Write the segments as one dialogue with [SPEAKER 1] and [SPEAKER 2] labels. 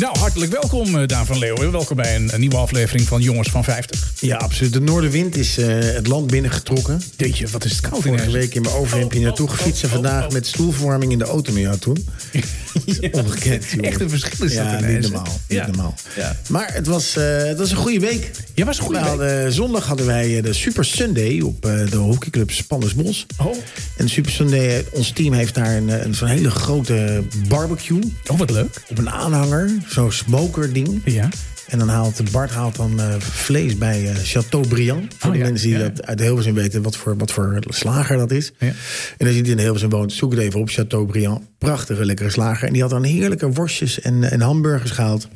[SPEAKER 1] Nou, hartelijk welkom, eh, Daan van Leeuwen. Welkom bij een, een nieuwe aflevering van Jongens van 50.
[SPEAKER 2] Ja, absoluut. De noordenwind is eh, het land binnengetrokken.
[SPEAKER 1] Jeetje, wat is het koud
[SPEAKER 2] Vorige
[SPEAKER 1] ineens.
[SPEAKER 2] week in mijn overhemdje
[SPEAKER 1] Oh,
[SPEAKER 2] naartoe
[SPEAKER 1] oh,
[SPEAKER 2] gefietst... en
[SPEAKER 1] oh, oh,
[SPEAKER 2] vandaag
[SPEAKER 1] oh.
[SPEAKER 2] met stoelverwarming in de auto naar jou toe.
[SPEAKER 1] Ja,
[SPEAKER 2] Ongekend, jongen.
[SPEAKER 1] Echt een verschil is dat
[SPEAKER 2] Ja,
[SPEAKER 1] ineens,
[SPEAKER 2] niet
[SPEAKER 1] hè?
[SPEAKER 2] normaal. Niet
[SPEAKER 1] Ja.
[SPEAKER 2] normaal.
[SPEAKER 1] Ja.
[SPEAKER 2] Maar het was, eh, het was een goede week.
[SPEAKER 1] Ja, was een goede
[SPEAKER 2] We
[SPEAKER 1] week.
[SPEAKER 2] hadden- zondag hadden wij eh, de Super Sunday op eh, de hockeyclub Spandersbos.
[SPEAKER 1] Oh.
[SPEAKER 2] En Super Sunday, eh, ons team heeft daar een, eh, een zo'n hele grote barbecue...
[SPEAKER 1] Oh, wat leuk.
[SPEAKER 2] op een aanhanger, zo'n smoker ding.
[SPEAKER 1] Ja.
[SPEAKER 2] En dan haalt Bart haalt dan eh, vlees bij eh Chateaubriand. Voor
[SPEAKER 1] Oh,
[SPEAKER 2] de
[SPEAKER 1] ja,
[SPEAKER 2] mensen die
[SPEAKER 1] ja.
[SPEAKER 2] dat uit Hilversum weten wat voor, wat voor slager dat is.
[SPEAKER 1] Ja.
[SPEAKER 2] En als je niet in Hilversum woont, zoek het even op Chateaubriand. Prachtige, lekkere slager. En die had dan heerlijke worstjes en, en hamburgers gehaald.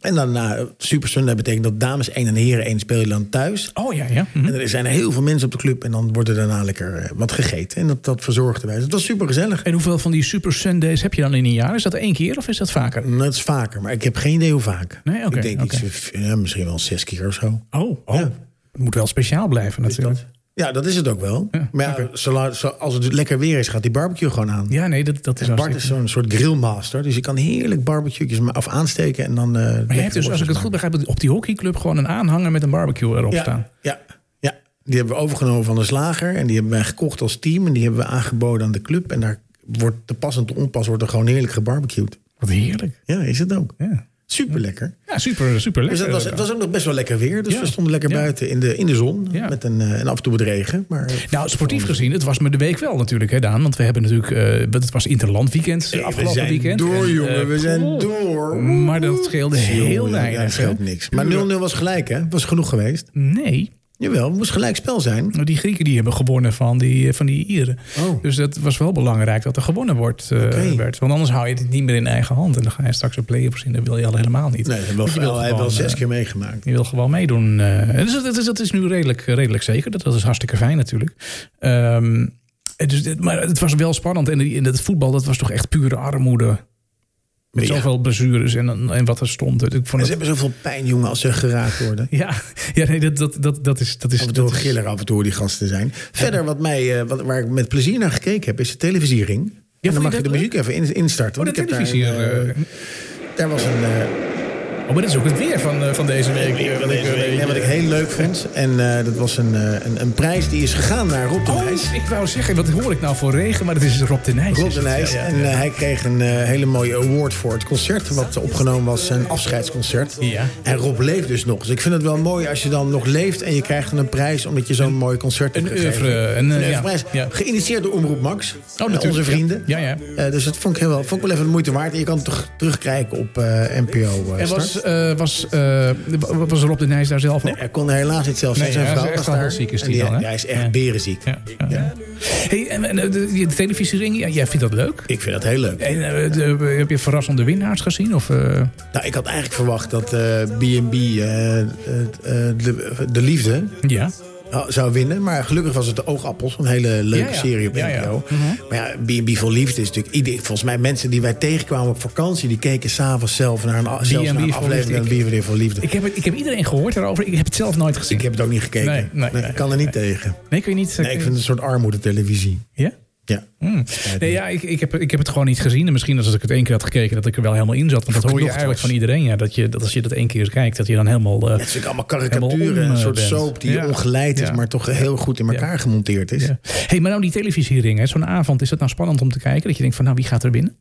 [SPEAKER 2] En dan na Super Sunday betekent dat dames 1 en heren 1 speel je dan thuis.
[SPEAKER 1] Oh ja, ja. Mhm.
[SPEAKER 2] En er zijn heel veel mensen op de club en dan wordt er daarna lekker eh, wat gegeten. En dat, dat verzorgden wij. Dus dat was super gezellig.
[SPEAKER 1] En hoeveel van die Super Sundays heb je dan in een jaar? Is dat één keer of is dat vaker?
[SPEAKER 2] Dat is vaker, maar ik heb geen idee hoe vaak.
[SPEAKER 1] Nee, oké,
[SPEAKER 2] ik denk
[SPEAKER 1] oké.
[SPEAKER 2] iets, eh, ja, misschien wel zes keer of zo.
[SPEAKER 1] Oh, oh. Het moet wel speciaal blijven natuurlijk.
[SPEAKER 2] Ja, dat is het ook wel.
[SPEAKER 1] Ja,
[SPEAKER 2] maar ja, zola- zo- als het lekker weer is, gaat die barbecue gewoon aan.
[SPEAKER 1] Ja, nee, dat, dat is
[SPEAKER 2] Bart
[SPEAKER 1] hartstikke...
[SPEAKER 2] is zo'n soort grillmaster. Dus je kan heerlijk barbecue'tjes ma- af aansteken. En dan, eh
[SPEAKER 1] Maar je hebt dus, als ik het goed begrijp, op die hockeyclub gewoon een aanhanger met een barbecue erop staan.
[SPEAKER 2] ja, ja, ja, die hebben we overgenomen van de slager. En die hebben wij gekocht als team. En die hebben we aangeboden aan de club. En daar wordt te pas en te onpas wordt er gewoon heerlijk gebarbecued.
[SPEAKER 1] Wat heerlijk.
[SPEAKER 2] Ja, is het ook.
[SPEAKER 1] Ja,
[SPEAKER 2] Super lekker.
[SPEAKER 1] ja super, super
[SPEAKER 2] Dus
[SPEAKER 1] lekker.
[SPEAKER 2] dat was, het was ook nog best wel lekker weer. Dus
[SPEAKER 1] Eh, Ja,
[SPEAKER 2] we stonden lekker
[SPEAKER 1] ja.
[SPEAKER 2] buiten in de, in de zon.
[SPEAKER 1] Ja.
[SPEAKER 2] Met een, eh, en af en toe wat regen. Maar eh,
[SPEAKER 1] Nou, sportief gezien, het was me de week wel natuurlijk, hè Daan? Want we hebben natuurlijk, eh, want het was Interland weekend,
[SPEAKER 2] Hey,
[SPEAKER 1] afgelopen weekend.
[SPEAKER 2] door,
[SPEAKER 1] En, eh,
[SPEAKER 2] jongen. We zijn
[SPEAKER 1] poeh.
[SPEAKER 2] door.
[SPEAKER 1] Maar dat scheelde heel
[SPEAKER 2] Jongen, ja, dat
[SPEAKER 1] weinig.
[SPEAKER 2] scheelt
[SPEAKER 1] hè?
[SPEAKER 2] niks. Maar 0-0 was gelijk, hè? Was genoeg geweest.
[SPEAKER 1] Nee,
[SPEAKER 2] Jawel, het moest gelijk spel zijn.
[SPEAKER 1] nou, die Grieken die hebben gewonnen van die, eh, van die Ieren.
[SPEAKER 2] Oh.
[SPEAKER 1] Dus dat was wel belangrijk dat er gewonnen wordt, eh,
[SPEAKER 2] Oké.
[SPEAKER 1] werd. Want anders hou je dit niet meer in eigen hand. En dan ga je straks op play-offs in. Dat wil je al helemaal niet.
[SPEAKER 2] Nee, hij heeft
[SPEAKER 1] je wil
[SPEAKER 2] wel, hij heeft wel
[SPEAKER 1] gewoon,
[SPEAKER 2] zes
[SPEAKER 1] eh,
[SPEAKER 2] keer meegemaakt.
[SPEAKER 1] Je wil gewoon meedoen. eh. En dus dat, dat is, dat is nu redelijk, eh, redelijk zeker. Dat, dat is hartstikke fijn natuurlijk. Ehm, en dus, dit- maar het was wel spannend. En, die- en dat voetbal, dat was toch echt pure armoede. Met
[SPEAKER 2] Ja.
[SPEAKER 1] zoveel blessures en, en wat er stond. Ik
[SPEAKER 2] En
[SPEAKER 1] vond
[SPEAKER 2] ze
[SPEAKER 1] het,
[SPEAKER 2] hebben zoveel pijn, jongen, als ze geraakt worden.
[SPEAKER 1] ja, ja nee, dat, dat, dat, dat is... Dat is
[SPEAKER 2] Af en toe
[SPEAKER 1] dat
[SPEAKER 2] een
[SPEAKER 1] is-
[SPEAKER 2] giller af en toe die gasten zijn. Verder, wat mij, eh, wat, waar ik met plezier naar gekeken heb, is de televisiering. en
[SPEAKER 1] vond je
[SPEAKER 2] dan mag
[SPEAKER 1] dat
[SPEAKER 2] je de muziek even in- instarten.
[SPEAKER 1] Oh, de
[SPEAKER 2] want ik heb daar
[SPEAKER 1] televisie.
[SPEAKER 2] een,
[SPEAKER 1] hier,
[SPEAKER 2] eh,
[SPEAKER 1] eh.
[SPEAKER 2] daar was een... eh,
[SPEAKER 1] oh, maar dat is ook het weer van, eh, van deze week. eh, wat ik, eh,
[SPEAKER 2] nee, wat ik heel leuk vond. En eh, dat was een, eh, een, een prijs die is gegaan naar Rob de
[SPEAKER 1] Oh,
[SPEAKER 2] Nijs.
[SPEAKER 1] ik wou zeggen, wat hoor ik nou voor regen? Maar het is Rob de Nijs.
[SPEAKER 2] Rob de Nijs.
[SPEAKER 1] Ja, ja,
[SPEAKER 2] En eh, hij kreeg een eh, hele mooie award voor het concert... wat opgenomen was, zijn afscheidsconcert.
[SPEAKER 1] Ja.
[SPEAKER 2] En Rob leeft dus nog. Dus ik vind het wel mooi als je dan nog leeft... en je krijgt dan een prijs omdat je zo'n mooi concert hebt
[SPEAKER 1] Een
[SPEAKER 2] gegeven.
[SPEAKER 1] oeuvre. Een, eh,
[SPEAKER 2] Een
[SPEAKER 1] ja,
[SPEAKER 2] prijs.
[SPEAKER 1] ja. Oh,
[SPEAKER 2] Geïnitieerd door Omroep Max. Eh,
[SPEAKER 1] natuurlijk,
[SPEAKER 2] Onze
[SPEAKER 1] ja.
[SPEAKER 2] vrienden.
[SPEAKER 1] Ja, ja.
[SPEAKER 2] Eh, dus dat vond ik, heel wel, vond ik wel even de moeite waard. En je kan het toch terugkijken op eh, NPO. eh
[SPEAKER 1] En
[SPEAKER 2] Start.
[SPEAKER 1] was, eh, was, eh, was Rob de Nijs daar zelf ook?
[SPEAKER 2] Hij kon er helaas niet zelf
[SPEAKER 1] Nee,
[SPEAKER 2] zijn. zijn
[SPEAKER 1] hij is
[SPEAKER 2] vrouw
[SPEAKER 1] echt
[SPEAKER 2] was
[SPEAKER 1] wel
[SPEAKER 2] daar.
[SPEAKER 1] heel ziek is
[SPEAKER 2] En
[SPEAKER 1] die dan, hè?
[SPEAKER 2] Hij is
[SPEAKER 1] Ja.
[SPEAKER 2] echt berenziek.
[SPEAKER 1] Ja, ja. Hey, en, en, eh, de, die televisiering, ja, jij vindt dat leuk?
[SPEAKER 2] Ik vind dat heel leuk.
[SPEAKER 1] En, eh, de- heb je verrassende winnaars gezien? Of, eh,
[SPEAKER 2] Nou, ik had eigenlijk verwacht dat eh, B&B eh, eh, eh, de, de liefde
[SPEAKER 1] ja.
[SPEAKER 2] nou, zou winnen. Maar gelukkig was het de Oogappels. Een hele leuke
[SPEAKER 1] Ja, ja.
[SPEAKER 2] serie op NPO.
[SPEAKER 1] Ja, Mhm. ja.
[SPEAKER 2] Maar ja, B&B voor Liefde is natuurlijk... Ieder, volgens mij mensen die wij tegenkwamen op vakantie... die keken s'avonds zelf naar een, a- zelfs naar een
[SPEAKER 1] voor Liefde.
[SPEAKER 2] aflevering van B&B voor Liefde. Ik,
[SPEAKER 1] Ik, heb, het- ik heb iedereen gehoord daarover. Ik heb het zelf nooit gezien.
[SPEAKER 2] heb het ook niet gekeken.
[SPEAKER 1] Nee, nee,
[SPEAKER 2] ik
[SPEAKER 1] nee,
[SPEAKER 2] kan er niet tegen.
[SPEAKER 1] Nee, kun je niet... eh,
[SPEAKER 2] Nee, ik vind het een soort armoedetelevisie.
[SPEAKER 1] Ja?
[SPEAKER 2] Ja.
[SPEAKER 1] Hmm. Nee, ja, ik, ik, heb, ik heb het gewoon niet gezien. En misschien als ik het één keer had gekeken, dat ik er wel helemaal in zat. Want dat hoor je
[SPEAKER 2] Verknocht
[SPEAKER 1] eigenlijk
[SPEAKER 2] was.
[SPEAKER 1] van iedereen. Ja, dat, je, dat als je dat één keer kijkt, dat je dan helemaal... eh,
[SPEAKER 2] Het is natuurlijk allemaal
[SPEAKER 1] Helemaal
[SPEAKER 2] karikaturen.
[SPEAKER 1] om,
[SPEAKER 2] Een
[SPEAKER 1] eh,
[SPEAKER 2] soort
[SPEAKER 1] bent.
[SPEAKER 2] soap die
[SPEAKER 1] Ja.
[SPEAKER 2] ongeleid is...
[SPEAKER 1] Ja.
[SPEAKER 2] maar toch heel goed in elkaar gemonteerd is.
[SPEAKER 1] ja. hey, maar nou die televisiering, hè, zo'n avond, is dat nou spannend om te kijken? Dat je denkt van, nou, wie gaat er winnen?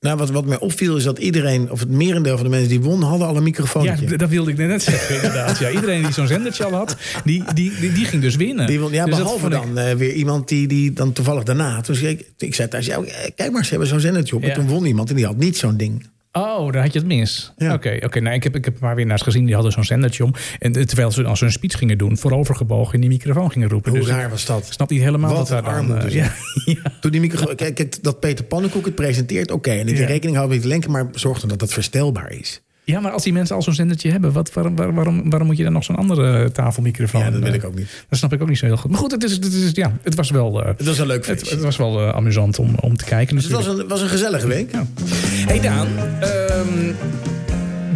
[SPEAKER 2] Nou, wat, wat mij opviel is dat iedereen, of het merendeel van de mensen die won, hadden al een
[SPEAKER 1] Ja,
[SPEAKER 2] microfoontje.
[SPEAKER 1] d- dat wilde ik net zeggen, inderdaad. Ja, iedereen die zo'n zendertje al had, die, die, die, die ging dus winnen.
[SPEAKER 2] die won, ja
[SPEAKER 1] Dus dat
[SPEAKER 2] behalve
[SPEAKER 1] vond ik-
[SPEAKER 2] dan eh, weer iemand die, die dan toevallig daarna. Toen zei ik, ik zei thuis, ja, eh, kijk maar, ze hebben zo'n zendertje op.
[SPEAKER 1] Ja.
[SPEAKER 2] En toen won iemand en die had niet zo'n ding.
[SPEAKER 1] Oh, daar had je het mis. Oké,
[SPEAKER 2] Ja.
[SPEAKER 1] oké. nou, ik, heb, ik heb een paar winnaars gezien, die hadden zo'n zendertje om. En eh, terwijl ze als ze een speech gingen doen, voorovergebogen in die microfoon gingen roepen.
[SPEAKER 2] Hoe
[SPEAKER 1] dus ik
[SPEAKER 2] raar was dat?
[SPEAKER 1] snap niet helemaal
[SPEAKER 2] Wat dus
[SPEAKER 1] dat daar
[SPEAKER 2] een
[SPEAKER 1] dan...
[SPEAKER 2] armoede,
[SPEAKER 1] eh, ja,
[SPEAKER 2] zeg. Toen die microfoon, kijk, kijk, dat Peter Pannenkoek het presenteert, oké. en ik
[SPEAKER 1] Ja.
[SPEAKER 2] rekening houden met die lenken, maar zorg dan dat dat verstelbaar is.
[SPEAKER 1] ja, maar als die mensen al zo'n zendertje hebben, wat, waarom, waar- waarom, waarom moet je dan nog zo'n andere eh, tafelmicrofoon?
[SPEAKER 2] Ja, dat weet
[SPEAKER 1] eh,
[SPEAKER 2] ik ook niet.
[SPEAKER 1] Dat snap ik ook niet zo heel goed. Maar goed, het, is, het, is, ja, het was wel, eh,
[SPEAKER 2] Het was een leuk
[SPEAKER 1] het,
[SPEAKER 2] feest.
[SPEAKER 1] het was wel eh, amusant om, om te kijken.
[SPEAKER 2] Dus Het was
[SPEAKER 1] Natuurlijk.
[SPEAKER 2] een, was een gezellige week.
[SPEAKER 1] Ja. Hey Daan, ehm,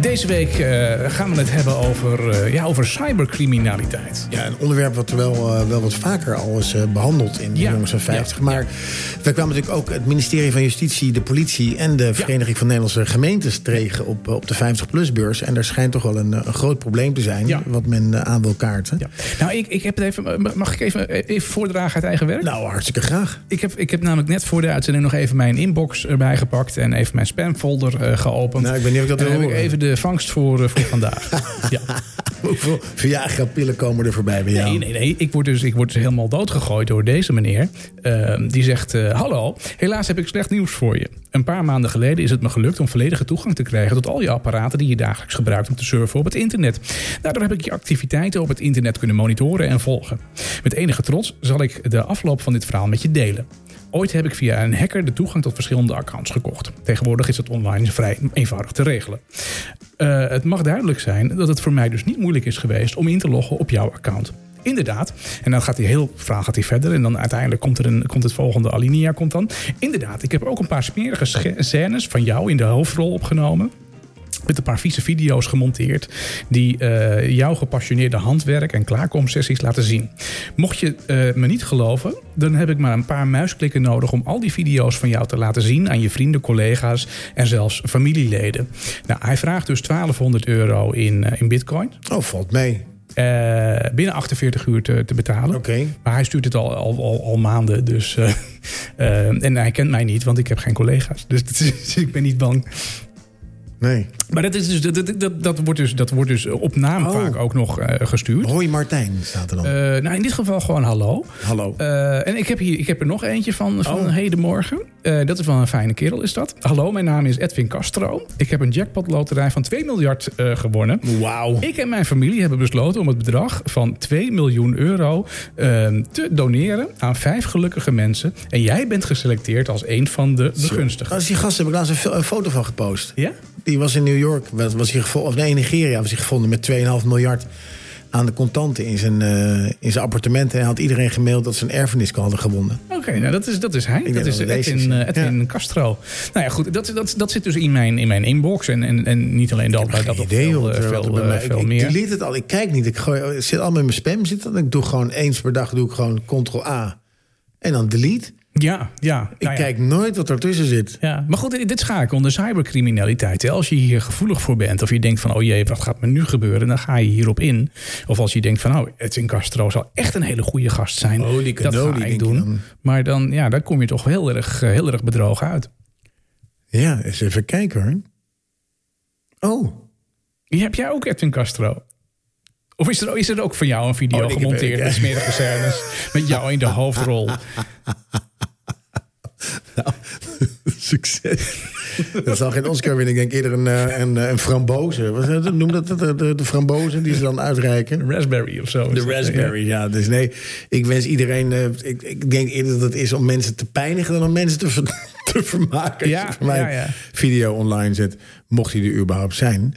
[SPEAKER 1] Deze week eh, gaan we het hebben over, eh, ja, over cybercriminaliteit.
[SPEAKER 2] Ja, een onderwerp wat wel, eh, wel wat vaker al is eh, behandeld in de
[SPEAKER 1] Ja,
[SPEAKER 2] jongens van 50. Maar wij kwamen natuurlijk ook het ministerie van Justitie, de politie en de Vereniging van Nederlandse Gemeentes tegen op, eh, op de 50PLUS-beurs. En daar schijnt toch wel een, eh, een groot probleem te zijn,
[SPEAKER 1] Ja.
[SPEAKER 2] wat men eh, aan wil kaarten.
[SPEAKER 1] Ja. Nou, ik, ik heb het even, mag ik even, eh, even voordragen uit eigen werk?
[SPEAKER 2] Nou, hartstikke graag.
[SPEAKER 1] Ik heb, ik heb namelijk net voor de uitzending nog even mijn inbox erbij gepakt en even mijn spamfolder eh, geopend.
[SPEAKER 2] Nou, ik weet niet of ik dat
[SPEAKER 1] En
[SPEAKER 2] wil
[SPEAKER 1] dan heb ik
[SPEAKER 2] horen.
[SPEAKER 1] even de vangst voor, eh, voor vandaag. ja.
[SPEAKER 2] Hoeveel Viagra-pillen komen er voorbij bij jou?
[SPEAKER 1] Nee, nee, nee. Ik word dus, ik word dus helemaal doodgegooid door deze meneer. Ehm, die zegt, eh, hallo, helaas heb ik slecht nieuws voor je. Een paar maanden geleden is het me gelukt om volledige toegang te krijgen... tot al je apparaten die je dagelijks gebruikt om te surfen op het internet. Daardoor heb ik je activiteiten op het internet kunnen monitoren en volgen. Met enige trots zal ik de afloop van dit verhaal met je delen. Ooit heb ik via een hacker de toegang tot verschillende accounts gekocht. Tegenwoordig is het online vrij eenvoudig te regelen. Eh, het mag duidelijk zijn dat het voor mij dus niet moeilijk is geweest om in te loggen op jouw account. Inderdaad, en dan gaat die heel verhaal gaat die verder. En dan uiteindelijk komt, er een, komt het volgende alinea. Komt dan. Inderdaad, ik heb ook een paar smerige sche- scènes van jou in de hoofdrol opgenomen. Met een paar vieze video's gemonteerd. Die eh, jouw gepassioneerde handwerk en klaarkomsessies laten zien. Mocht je eh, me niet geloven, dan heb ik maar een paar muisklikken nodig om al die video's van jou te laten zien aan je vrienden, collega's en zelfs familieleden. Nou, hij vraagt dus 1200 euro in, eh, in bitcoin.
[SPEAKER 2] Oh, valt mee.
[SPEAKER 1] eh, binnen 48 uur te, te betalen.
[SPEAKER 2] Oké.
[SPEAKER 1] Maar hij stuurt het al, al, al, al maanden. Dus, eh, eh, en hij kent mij niet, want ik heb geen collega's. Dus, dat is- ik ben niet bang.
[SPEAKER 2] Nee.
[SPEAKER 1] Maar dat, is dus, dat, dat- dat, dat, wordt, dus, dat wordt dus op naam
[SPEAKER 2] Oh.
[SPEAKER 1] vaak ook nog eh, gestuurd.
[SPEAKER 2] Roy Martijn staat er dan.
[SPEAKER 1] Eh, nou, in dit geval gewoon hallo.
[SPEAKER 2] Hallo.
[SPEAKER 1] Eh, en ik heb, hier, ik heb er nog eentje van, van
[SPEAKER 2] Oh.
[SPEAKER 1] hedenmorgen. Eh, dat is wel een fijne kerel, is dat. Hallo, mijn naam is Edwin Castro. Ik heb een jackpotloterij van 2 miljard eh, gewonnen.
[SPEAKER 2] Wauw.
[SPEAKER 1] Ik en mijn familie hebben besloten om het bedrag van 2 miljoen euro ehm, te doneren aan vijf gelukkige mensen. En jij bent geselecteerd als een van de begunstigden.
[SPEAKER 2] Als Oh, die gast heb ik laatst een, fo- een foto van gepost.
[SPEAKER 1] Ja?
[SPEAKER 2] Die was in New York, was, was hij gevonden, of nee, in Nigeria was hij gevonden met 2,5 miljard aan de contanten in zijn, eh, in zijn appartement. En hij had iedereen gemaild dat ze een erfenis hadden gewonnen.
[SPEAKER 1] Oké, nou dat is, dat is hij.
[SPEAKER 2] denk
[SPEAKER 1] Dat
[SPEAKER 2] dat
[SPEAKER 1] is
[SPEAKER 2] het deze
[SPEAKER 1] Edwin,
[SPEAKER 2] is,
[SPEAKER 1] eh, Edwin Castro. Nou ja, goed, dat, dat, dat zit dus in mijn, in mijn inbox. En, en, en niet alleen dat, maar dat nog
[SPEAKER 2] hoor,
[SPEAKER 1] veel,
[SPEAKER 2] wat
[SPEAKER 1] eh,
[SPEAKER 2] er- wat er
[SPEAKER 1] veel,
[SPEAKER 2] bij
[SPEAKER 1] eh,
[SPEAKER 2] mij-
[SPEAKER 1] veel
[SPEAKER 2] ik,
[SPEAKER 1] meer.
[SPEAKER 2] Ik delete het al, ik kijk niet. Ik gooi, het zit allemaal in mijn spam. Zit dat, ik doe gewoon eens per dag doe ik gewoon ctrl-a en dan delete.
[SPEAKER 1] Ja, ja. nou
[SPEAKER 2] Ik
[SPEAKER 1] ja.
[SPEAKER 2] kijk nooit wat ertussen zit.
[SPEAKER 1] Ja, maar goed, dit schaak ik onder cybercriminaliteit. hè. Als je hier gevoelig voor bent of je denkt van... oh jee, wat gaat me nu gebeuren? Dan ga je hierop in. Of als je denkt van, nou, Edwin Castro zal echt een hele goede gast zijn.
[SPEAKER 2] Holy
[SPEAKER 1] dat
[SPEAKER 2] cannoli,
[SPEAKER 1] ga ik
[SPEAKER 2] Oh, denk je
[SPEAKER 1] doen.
[SPEAKER 2] dan.
[SPEAKER 1] Maar dan, ja, dan kom je toch heel erg, eh, heel erg bedrogen uit.
[SPEAKER 2] Ja, eens even kijken hoor. Oh,
[SPEAKER 1] Heb jij ook Edwin Castro? Of is er, is er ook van jou een video
[SPEAKER 2] Oh, ik heb-
[SPEAKER 1] gemonteerd
[SPEAKER 2] ik-
[SPEAKER 1] met smerige scènes... met jou in de hoofdrol?
[SPEAKER 2] Succes. dat zal geen Oscar winnen. Ik denk eerder een, eh, een, eh, een framboze. Wat is dat? Noem dat de, de, de framboze die ze dan uitreiken.
[SPEAKER 1] Raspberry of zo. is
[SPEAKER 2] De
[SPEAKER 1] dat, eh,
[SPEAKER 2] raspberry, ja. Dus nee, ik wens iedereen... eh, ik, ik denk eerder dat het is om mensen te pijnigen... dan om mensen te, ver- te vermaken.
[SPEAKER 1] Ja,
[SPEAKER 2] als je voor mij
[SPEAKER 1] ja, ja.
[SPEAKER 2] video online zet. Mocht die er überhaupt zijn.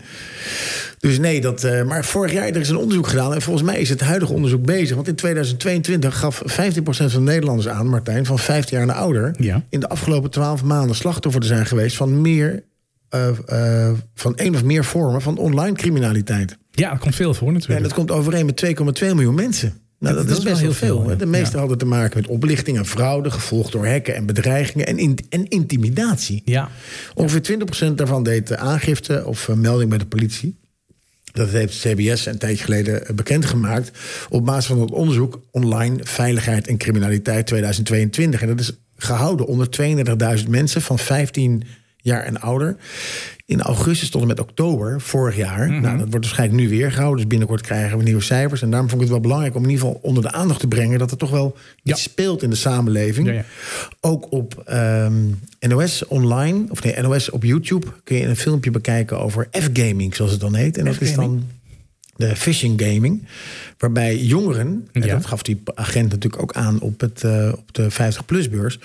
[SPEAKER 2] Dus nee, dat, eh, maar vorig jaar er is een onderzoek gedaan... en volgens mij is het huidige onderzoek bezig. Want in 2022 gaf 15% van de Nederlanders aan, Martijn... van 15 jaar en ouder...
[SPEAKER 1] Ja.
[SPEAKER 2] in de afgelopen 12 maanden slachtoffer te zijn geweest... van meer... eh, eh, van één of meer vormen van online criminaliteit.
[SPEAKER 1] Ja, dat komt veel voor
[SPEAKER 2] Ja, en
[SPEAKER 1] natuurlijk.
[SPEAKER 2] dat komt overeen met 2,2 miljoen mensen. Nou, dat,
[SPEAKER 1] dat
[SPEAKER 2] is
[SPEAKER 1] is wel
[SPEAKER 2] best heel
[SPEAKER 1] heel
[SPEAKER 2] veel.
[SPEAKER 1] veel,
[SPEAKER 2] hè.
[SPEAKER 1] ja.
[SPEAKER 2] De meeste
[SPEAKER 1] Ja.
[SPEAKER 2] hadden te maken met oplichting en fraude, gevolgd door hekken en bedreigingen en, in- en intimidatie.
[SPEAKER 1] Ja,
[SPEAKER 2] Ongeveer 20% daarvan deed eh, aangifte of eh, melding bij de politie. Dat heeft CBS een tijdje geleden eh, bekendgemaakt. Op basis van het onderzoek Online Veiligheid en Criminaliteit 2022. En dat is gehouden onder 32.000 mensen van 15 jaar en ouder. In augustus tot en met oktober vorig jaar.
[SPEAKER 1] Mhm.
[SPEAKER 2] Nou, dat wordt waarschijnlijk nu weer gehouden. Dus binnenkort krijgen we nieuwe cijfers. En daarom vond ik het wel belangrijk om in ieder geval onder de aandacht te brengen dat er toch wel iets
[SPEAKER 1] Ja.
[SPEAKER 2] speelt in de samenleving.
[SPEAKER 1] Ja, ja.
[SPEAKER 2] Ook op ehm, NOS online, of nee, NOS op YouTube kun je een filmpje bekijken over F-gaming, zoals het dan heet. En dat is dan de phishing gaming, waarbij jongeren, en
[SPEAKER 1] Ja.
[SPEAKER 2] dat gaf die agent natuurlijk ook aan op, het, eh, op de 50-plus-beurs.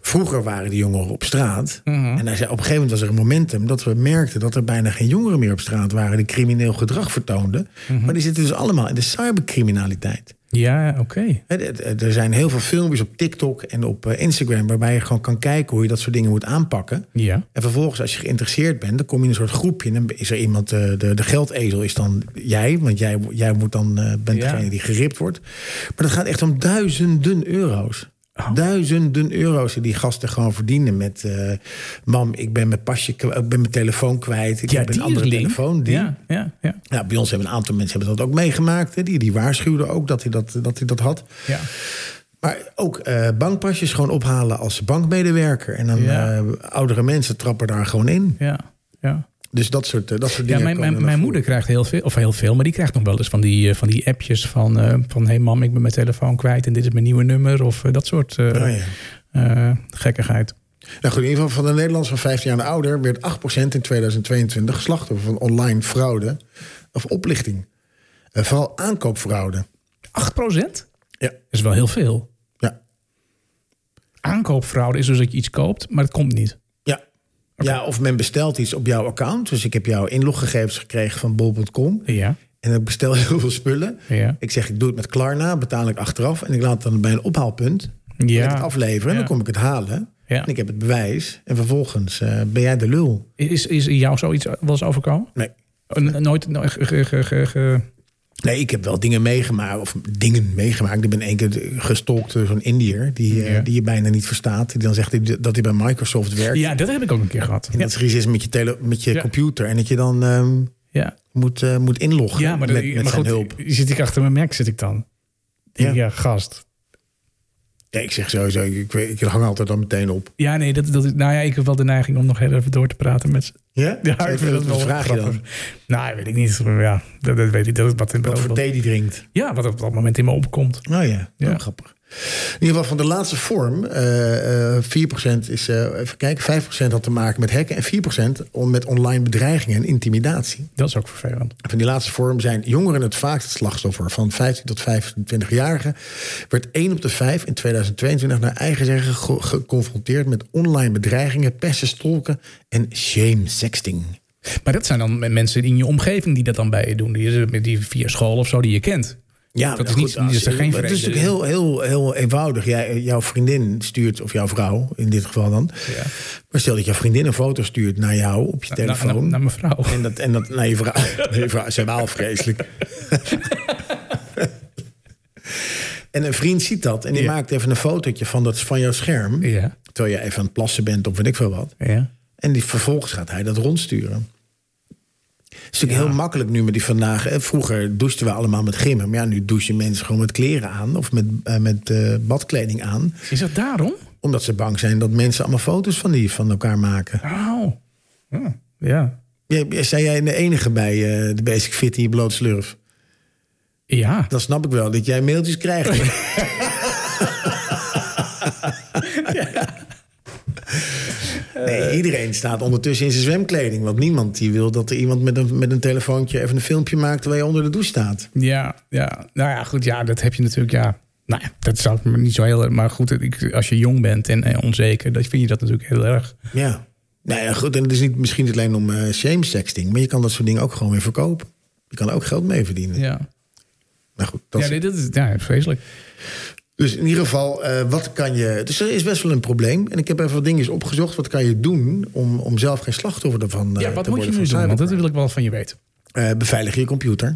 [SPEAKER 2] Vroeger waren die jongeren op straat. En hij zei, op een gegeven moment was er een momentum dat we merkten dat er bijna geen jongeren meer op straat waren die crimineel gedrag vertoonden. Maar die zitten dus allemaal in de cybercriminaliteit.
[SPEAKER 1] Ja, oké.
[SPEAKER 2] Hè, d- d- Er zijn heel veel filmpjes op TikTok en op eh, Instagram... waarbij je gewoon kan kijken hoe je dat soort dingen moet aanpakken.
[SPEAKER 1] Ja.
[SPEAKER 2] En vervolgens, als je geïnteresseerd bent, dan kom je in een soort groepje. En dan is er iemand, eh, de, de geldezel is dan jij. Want jij, jij moet dan, eh, bent
[SPEAKER 1] Ja.
[SPEAKER 2] degene die geript wordt. Maar dat gaat echt om duizenden euro's.
[SPEAKER 1] Oh.
[SPEAKER 2] Duizenden euro's die die gasten gewoon verdienen met... eh, mam, ik ben mijn pasje, kw- ik ben mijn telefoon kwijt. Ik
[SPEAKER 1] Ja,
[SPEAKER 2] heb
[SPEAKER 1] die
[SPEAKER 2] een andere
[SPEAKER 1] is link.
[SPEAKER 2] telefoon. Die.
[SPEAKER 1] Ja, ja, ja.
[SPEAKER 2] Ja, bij ons hebben een aantal mensen hebben dat ook meegemaakt. Hè. Die, die waarschuwden ook dat hij dat, dat, hij dat had.
[SPEAKER 1] ja.
[SPEAKER 2] Maar ook eh, bankpasjes gewoon ophalen als bankmedewerker. En dan
[SPEAKER 1] Ja.
[SPEAKER 2] eh, oudere mensen trappen daar gewoon in.
[SPEAKER 1] ja, ja.
[SPEAKER 2] Dus dat soort, eh, dat soort
[SPEAKER 1] Ja,
[SPEAKER 2] dingen.
[SPEAKER 1] mijn,
[SPEAKER 2] komen
[SPEAKER 1] mijn,
[SPEAKER 2] naar
[SPEAKER 1] mijn
[SPEAKER 2] voren.
[SPEAKER 1] moeder krijgt heel veel, of heel veel, maar die krijgt nog wel eens van die, eh, van die appjes van, eh, van hé hey mam, ik ben mijn telefoon kwijt en dit is mijn nieuwe nummer of eh, dat soort eh,
[SPEAKER 2] Oh, ja.
[SPEAKER 1] eh, gekkigheid.
[SPEAKER 2] Nou goed, in ieder geval van de Nederlanders van 15 jaar en ouder werd 8% in 2022 slachtoffer van online fraude of oplichting. Eh, vooral aankoopfraude.
[SPEAKER 1] 8 procent?
[SPEAKER 2] Ja.
[SPEAKER 1] is wel heel veel.
[SPEAKER 2] Ja.
[SPEAKER 1] Aankoopfraude is dus dat je iets koopt, maar het komt niet.
[SPEAKER 2] Ja. ja, of men bestelt iets op jouw account. Dus ik heb jouw inloggegevens gekregen van bol.com.
[SPEAKER 1] Ja,
[SPEAKER 2] En ik bestel heel veel spullen.
[SPEAKER 1] ja.
[SPEAKER 2] Ik zeg, ik doe het met Klarna, betaal ik achteraf. En ik laat het dan bij een ophaalpunt
[SPEAKER 1] Ja.
[SPEAKER 2] het afleveren. En
[SPEAKER 1] Ja.
[SPEAKER 2] dan kom ik het halen.
[SPEAKER 1] Ja.
[SPEAKER 2] En ik heb het bewijs. En vervolgens eh, ben jij de lul.
[SPEAKER 1] Is, is jou zoiets wel eens overkomen?
[SPEAKER 2] Nee.
[SPEAKER 1] Oh, n- Nooit, no- ge- ge- ge- ge- ge-
[SPEAKER 2] Nee, ik heb wel dingen meegemaakt. Of dingen meegemaakt. Ik ben één keer gestalkt door zo'n Indiër. Die, eh,
[SPEAKER 1] Ja.
[SPEAKER 2] die je bijna niet verstaat. Die dan zegt dat hij bij Microsoft werkt.
[SPEAKER 1] Ja, dat heb ik ook een keer gehad. Ja,
[SPEAKER 2] En dat ze iets is met je, tele, met je
[SPEAKER 1] Ja.
[SPEAKER 2] computer. En dat je dan ehm,
[SPEAKER 1] ja.
[SPEAKER 2] moet, eh, moet inloggen
[SPEAKER 1] ja maar, dat-
[SPEAKER 2] met, met
[SPEAKER 1] maar goed,
[SPEAKER 2] zijn hulp.
[SPEAKER 1] zit ik achter mijn Mac zit ik dan. Ja,
[SPEAKER 2] Ja.
[SPEAKER 1] gast.
[SPEAKER 2] Ja, ik zeg sowieso, ik, weet- ik hang altijd dan meteen op.
[SPEAKER 1] Ja, nee, dat, dat, is- nou ja, ik heb wel de neiging om nog heel even door te praten met ze.
[SPEAKER 2] Ja?
[SPEAKER 1] Ja, ik vind dat wel
[SPEAKER 2] vraag je dan.
[SPEAKER 1] grappig. Nou, weet ik niet. Maar Ja, dat, dat weet ik. Dat is wat, in
[SPEAKER 2] Wat voor thee die drinkt.
[SPEAKER 1] ja, wat op dat moment in me opkomt.
[SPEAKER 2] Oh ja,
[SPEAKER 1] Ja.
[SPEAKER 2] Oh, grappig. In ieder geval van de laatste vorm, eh, eh, 4% is, eh, even kijken, 5% had te maken met hacken en 4% om met online bedreigingen en intimidatie.
[SPEAKER 1] Dat is ook vervelend.
[SPEAKER 2] Van die laatste vorm zijn jongeren het vaakst het slachtoffer. Van 15 tot 25-jarigen werd 1 op de 5 in 2022 naar eigen zeggen ge- geconfronteerd met online bedreigingen, pesten, stalken en shame sexting.
[SPEAKER 1] Maar dat zijn dan mensen in je omgeving die dat dan bij je doen. Die, die via school of zo die je kent.
[SPEAKER 2] Ja,
[SPEAKER 1] Dat
[SPEAKER 2] maar
[SPEAKER 1] is niet-
[SPEAKER 2] als-
[SPEAKER 1] is er geen
[SPEAKER 2] Het
[SPEAKER 1] vrees.
[SPEAKER 2] is natuurlijk heel, heel, heel eenvoudig. Jij, eh, jouw vriendin stuurt, of jouw vrouw in dit geval dan.
[SPEAKER 1] Ja.
[SPEAKER 2] Maar stel dat jouw vriendin een foto stuurt naar jou op je telefoon.
[SPEAKER 1] Naar, naar, naar mijn vrouw.
[SPEAKER 2] En dat, en dat naar je vrouw. Naar je vrouw. Ze waren al vreselijk. en een vriend ziet dat en die
[SPEAKER 1] Ja.
[SPEAKER 2] maakt even een fotootje van, dat, van jouw scherm.
[SPEAKER 1] Ja,
[SPEAKER 2] Terwijl je even aan het plassen bent of weet ik veel wat.
[SPEAKER 1] ja.
[SPEAKER 2] En die, vervolgens gaat hij dat rondsturen. Het is natuurlijk heel makkelijk nu met die vandaag. eh, Vroeger douchten we allemaal met gimmen. Maar ja, nu douchen mensen gewoon met kleren aan. Of met, eh, met eh, badkleding aan.
[SPEAKER 1] Is dat daarom?
[SPEAKER 2] Omdat ze bang zijn dat mensen allemaal foto's van, die, van elkaar maken.
[SPEAKER 1] Auw. Ja. Nou. Ja.
[SPEAKER 2] Jij, zijn jij de enige bij eh, de Basic Fit in je bloot slurf?
[SPEAKER 1] Ja.
[SPEAKER 2] Dan snap ik wel dat jij mailtjes krijgt. Nee, iedereen staat ondertussen in zijn zwemkleding. Want niemand die wil dat er iemand met een, met een telefoontje even een filmpje maakt terwijl je onder de douche staat.
[SPEAKER 1] Ja, ja. Nou ja, goed. Ja, dat heb je natuurlijk. Ja. Nou ja, dat zou ik me niet zo heel erg. Maar goed, ik, als je jong bent en, en onzeker, dan vind je dat natuurlijk heel erg.
[SPEAKER 2] Ja. Nou ja, goed. En het is niet, misschien niet alleen om eh shame sexting. Maar je kan dat soort dingen ook gewoon weer verkopen. Je kan er ook geld mee verdienen.
[SPEAKER 1] Ja,
[SPEAKER 2] Nou goed, dat
[SPEAKER 1] ja
[SPEAKER 2] is-
[SPEAKER 1] dit, dit is ja, vreselijk.
[SPEAKER 2] Dus in ieder geval, eh, wat kan je. Dus er is best wel een probleem. En ik heb even wat dingetjes opgezocht. Wat kan je doen om, om zelf geen slachtoffer ervan eh,
[SPEAKER 1] Ja, wat
[SPEAKER 2] te
[SPEAKER 1] moet je
[SPEAKER 2] worden?
[SPEAKER 1] nu
[SPEAKER 2] van
[SPEAKER 1] doen? Want dat
[SPEAKER 2] cybercrime?
[SPEAKER 1] wil ik wel van je weten.
[SPEAKER 2] Eh, beveilig je computer.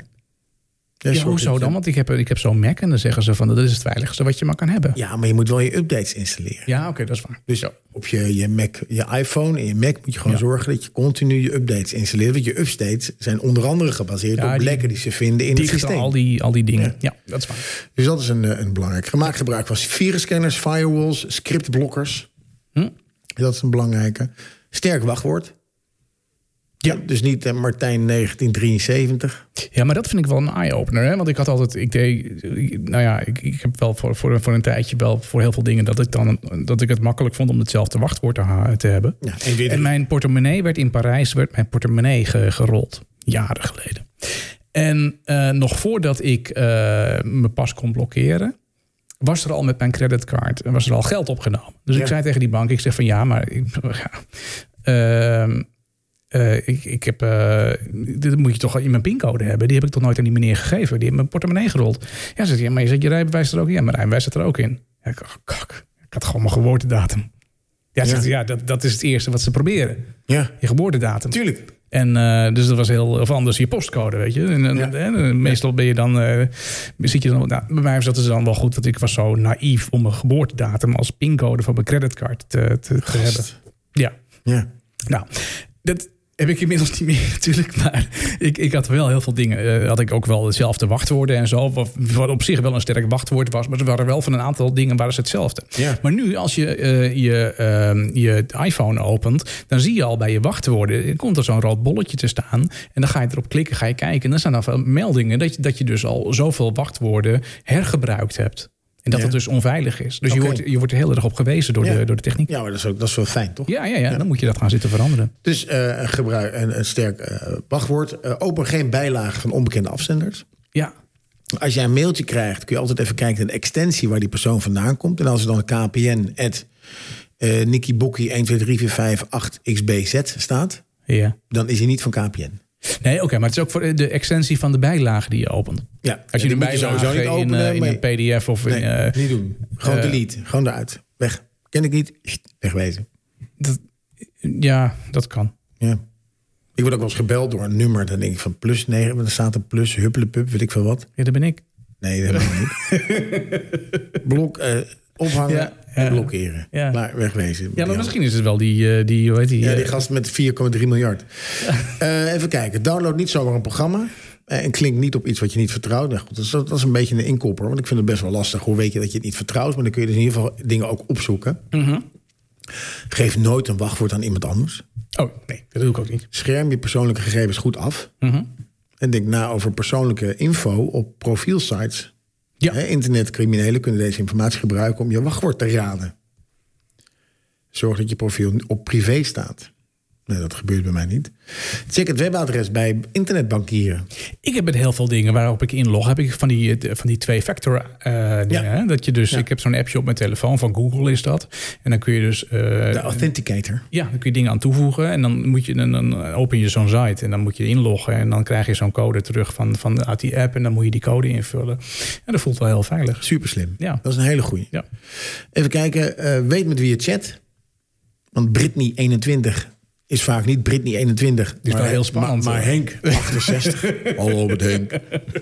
[SPEAKER 2] Ja,
[SPEAKER 1] Ja,
[SPEAKER 2] zorg dat
[SPEAKER 1] hoezo
[SPEAKER 2] je-
[SPEAKER 1] dan? Want ik heb, ik heb zo'n Mac en dan zeggen ze van dat is het veiligste wat je maar kan hebben. Ja,
[SPEAKER 2] Ja, maar je moet wel je updates installeren.
[SPEAKER 1] oké, dat is waar.
[SPEAKER 2] Dus op je, je, Mac, je iPhone en je Mac moet je gewoon zorgen dat je continu je updates installeert. Want je updates zijn onder andere gebaseerd
[SPEAKER 1] Ja,
[SPEAKER 2] op
[SPEAKER 1] die-
[SPEAKER 2] lekken die ze vinden in het
[SPEAKER 1] Digitaal,
[SPEAKER 2] systeem.
[SPEAKER 1] al die, al die dingen. Ja, dat is waar.
[SPEAKER 2] Dus dat is een, eh, een belangrijk. Gemaakt gebruik van virusscanners, firewalls, scriptblokkers.
[SPEAKER 1] Hm?
[SPEAKER 2] Dat is een belangrijke. Sterk wachtwoord. Ja, dus niet eh, Martijn 1973.
[SPEAKER 1] Ja, maar dat vind ik wel een eye-opener. Hè? Want ik had altijd, ik deed, nou ja, ik, ik heb wel voor, voor, voor een tijdje wel voor heel veel dingen dat ik, dan, dat ik het makkelijk vond om hetzelfde wachtwoord te, ha- te hebben.
[SPEAKER 2] Ja, en weer
[SPEAKER 1] En
[SPEAKER 2] drie.
[SPEAKER 1] mijn portemonnee werd in Parijs werd mijn portemonnee ge- gerold. Jaren geleden. En eh, nog voordat ik eh, mijn pas kon blokkeren, was er al met mijn creditcard was er al geld opgenomen. Dus
[SPEAKER 2] Ja.
[SPEAKER 1] ik zei tegen die bank, ik zeg van ja, maar ik, ja, ehm, eh, ik, ik heb, eh, dit moet je toch in mijn pincode hebben. Die heb ik toch nooit aan die meneer gegeven. Die heeft mijn portemonnee gerold. Ja, zegt hij, ja, maar je zet je rijbewijs er ook in. Ja, mijn rijbewijs zit er ook in. Ja, ik, oh, kak, ik had gewoon mijn geboortedatum. Ja, zegt
[SPEAKER 2] Ja.
[SPEAKER 1] hij, ja dat, dat is het eerste wat ze proberen.
[SPEAKER 2] Ja,
[SPEAKER 1] Je geboortedatum.
[SPEAKER 2] tuurlijk.
[SPEAKER 1] En eh, dus dat was heel of anders je postcode, weet je. En, en-
[SPEAKER 2] Ja.
[SPEAKER 1] en, eh, meestal ben je dan, eh, zit je dan, nou, bij mij was dat dus dan wel goed, want ik was zo naïef om mijn geboortedatum als pincode van mijn creditcard te, te, te hebben. Ja,
[SPEAKER 2] Ja.
[SPEAKER 1] nou, dat heb ik inmiddels niet meer natuurlijk. Maar ik, ik had wel heel veel dingen. eh, had ik ook wel hetzelfde wachtwoorden en zo. Wat, wat op zich wel een sterk wachtwoord was. Maar ze waren wel van een aantal dingen waren ze hetzelfde.
[SPEAKER 2] Ja.
[SPEAKER 1] Maar nu als je eh, je, ehm, je iPhone opent. Dan zie je al bij je wachtwoorden. eh, Komt er zo'n rood bolletje te staan. En dan ga je erop klikken. Ga je kijken. En dan staan er veel meldingen. Dat je, dat je dus al zoveel wachtwoorden hergebruikt hebt. En dat
[SPEAKER 2] Ja.
[SPEAKER 1] het dus onveilig is. Dus
[SPEAKER 2] Oké.
[SPEAKER 1] je, wordt, je wordt er heel erg op gewezen door,
[SPEAKER 2] Ja.
[SPEAKER 1] de, door de techniek.
[SPEAKER 2] ja, maar dat is, ook, dat is wel fijn, toch?
[SPEAKER 1] Ja, ja, ja, dan moet je dat gaan zitten veranderen.
[SPEAKER 2] Dus eh, gebruik een, een sterk eh, wachtwoord. Eh, open geen bijlagen van onbekende afzenders.
[SPEAKER 1] Ja,
[SPEAKER 2] Als jij een mailtje krijgt, kun je altijd even kijken naar de extensie waar die persoon vandaan komt. En als er dan een KPN at eh nikkiebokkie 12345 xbz staat,
[SPEAKER 1] ja.
[SPEAKER 2] dan is hij niet van KPN.
[SPEAKER 1] Nee, oké, maar het is ook voor de extensie van de bijlage die je opent.
[SPEAKER 2] Ja,
[SPEAKER 1] Als je
[SPEAKER 2] die
[SPEAKER 1] de
[SPEAKER 2] moet
[SPEAKER 1] bijlage
[SPEAKER 2] sowieso niet
[SPEAKER 1] in, eh,
[SPEAKER 2] openen,
[SPEAKER 1] in
[SPEAKER 2] maar-
[SPEAKER 1] een pdf of in...
[SPEAKER 2] Nee,
[SPEAKER 1] eh,
[SPEAKER 2] niet doen. Gewoon
[SPEAKER 1] eh,
[SPEAKER 2] delete. Gewoon eruit. Weg. Ken ik niet. Wegwezen.
[SPEAKER 1] dat, ja, dat kan.
[SPEAKER 2] Ja. Ik word ook wel eens gebeld door een nummer. Dan denk ik van plus 9, maar er staat een plus, huppelepup, weet ik veel wat.
[SPEAKER 1] Ja, dat ben ik.
[SPEAKER 2] Nee, dat helemaal niet. Blok, eh, ophangen
[SPEAKER 1] Ja,
[SPEAKER 2] en
[SPEAKER 1] ja.
[SPEAKER 2] blokkeren.
[SPEAKER 1] Ja.
[SPEAKER 2] Maar wegwezen.
[SPEAKER 1] Ja, maar misschien is het wel die, eh, die hoe heet die?
[SPEAKER 2] Ja, die
[SPEAKER 1] eh,
[SPEAKER 2] gast met 4,3 miljard. Eh, even kijken. Download niet zomaar een programma. eh, En klink niet op iets wat je niet vertrouwt. Nou goed, dat, is, dat is een beetje een inkopper. Want ik vind het best wel lastig. Hoe weet je dat je het niet vertrouwt? Maar dan kun je dus in ieder geval dingen ook opzoeken.
[SPEAKER 1] Mhm.
[SPEAKER 2] Geef nooit een wachtwoord aan iemand anders.
[SPEAKER 1] Oh, nee, dat doe ik ook niet.
[SPEAKER 2] Scherm je persoonlijke gegevens goed af.
[SPEAKER 1] Mhm.
[SPEAKER 2] En denk na over persoonlijke info op profielsites.
[SPEAKER 1] Ja.
[SPEAKER 2] Hè, internetcriminelen kunnen deze informatie gebruiken om je wachtwoord te raden. Zorg dat je profiel op privé staat. Nee, dat gebeurt bij mij niet. Check het webadres bij internetbankieren.
[SPEAKER 1] Ik heb met heel veel dingen waarop ik inlog, heb ik van die, eh, van die twee-factor eh, dingen. hè? Dat je dus, ik heb zo'n appje op mijn telefoon van Google is dat. En dan kun je dus eh,
[SPEAKER 2] De authenticator.
[SPEAKER 1] Ja, dan kun je dingen aan toevoegen en dan, moet je, dan, dan open je zo'n site en dan moet je inloggen en dan krijg je zo'n code terug van, van, uit die app en dan moet je die code invullen. En dat voelt wel heel veilig.
[SPEAKER 2] Super slim.
[SPEAKER 1] Ja.
[SPEAKER 2] Dat is een hele goeie.
[SPEAKER 1] Ja.
[SPEAKER 2] Even kijken. eh, weet met wie je chat. Want Britney 21 is vaak niet Britney 21.
[SPEAKER 1] is wel heel spannend,
[SPEAKER 2] Maar, maar
[SPEAKER 1] hoor.
[SPEAKER 2] Henk 68. Hallo met Henk.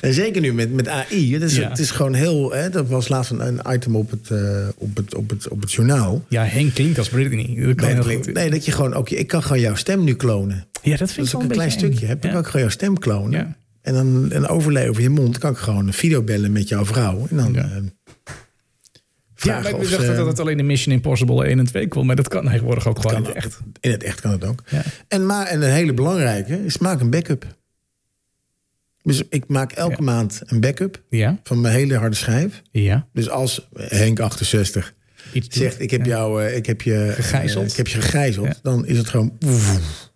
[SPEAKER 2] en zeker nu met, met AI. Het is,
[SPEAKER 1] Ja.
[SPEAKER 2] het is gewoon heel... Hè, dat was laatst een, een item op het, eh, op, het, op, het, op het journaal.
[SPEAKER 1] Ja, Henk klinkt als Britney. Dat kan heel
[SPEAKER 2] Nee, dat,
[SPEAKER 1] goed.
[SPEAKER 2] klinkt- nee, dat je gewoon ook... je- Ik kan gewoon jouw stem nu klonen.
[SPEAKER 1] Ja, dat
[SPEAKER 2] Dat
[SPEAKER 1] vind
[SPEAKER 2] is
[SPEAKER 1] ik
[SPEAKER 2] ook
[SPEAKER 1] wel
[SPEAKER 2] een klein
[SPEAKER 1] beetje
[SPEAKER 2] stukje.
[SPEAKER 1] eng.
[SPEAKER 2] Heb ik
[SPEAKER 1] Ja.
[SPEAKER 2] ook gewoon jouw stem klonen.
[SPEAKER 1] Ja.
[SPEAKER 2] En dan een overlay over je mond. Kan ik gewoon een video bellen met jouw vrouw. En dan
[SPEAKER 1] Ja.
[SPEAKER 2] eh,
[SPEAKER 1] Ja,
[SPEAKER 2] vragen eh,
[SPEAKER 1] maar
[SPEAKER 2] of
[SPEAKER 1] ik dacht
[SPEAKER 2] ze-
[SPEAKER 1] dat het alleen in Mission Impossible 1 en 2 kwam, maar dat kan tegenwoordig ook gewoon
[SPEAKER 2] kan
[SPEAKER 1] niet echt.
[SPEAKER 2] In het echt kan het ook.
[SPEAKER 1] Ja.
[SPEAKER 2] En, maar, en een hele belangrijke is maak een backup. Dus ik maak elke
[SPEAKER 1] Ja.
[SPEAKER 2] maand een backup
[SPEAKER 1] Ja,
[SPEAKER 2] van mijn hele harde schijf.
[SPEAKER 1] ja.
[SPEAKER 2] Dus als Henk 68
[SPEAKER 1] Iets doen.
[SPEAKER 2] zegt ik heb jou eh, ik heb je
[SPEAKER 1] Gegijzeld.
[SPEAKER 2] eh, ik heb je gegijzeld,
[SPEAKER 1] Ja.
[SPEAKER 2] dan is het gewoon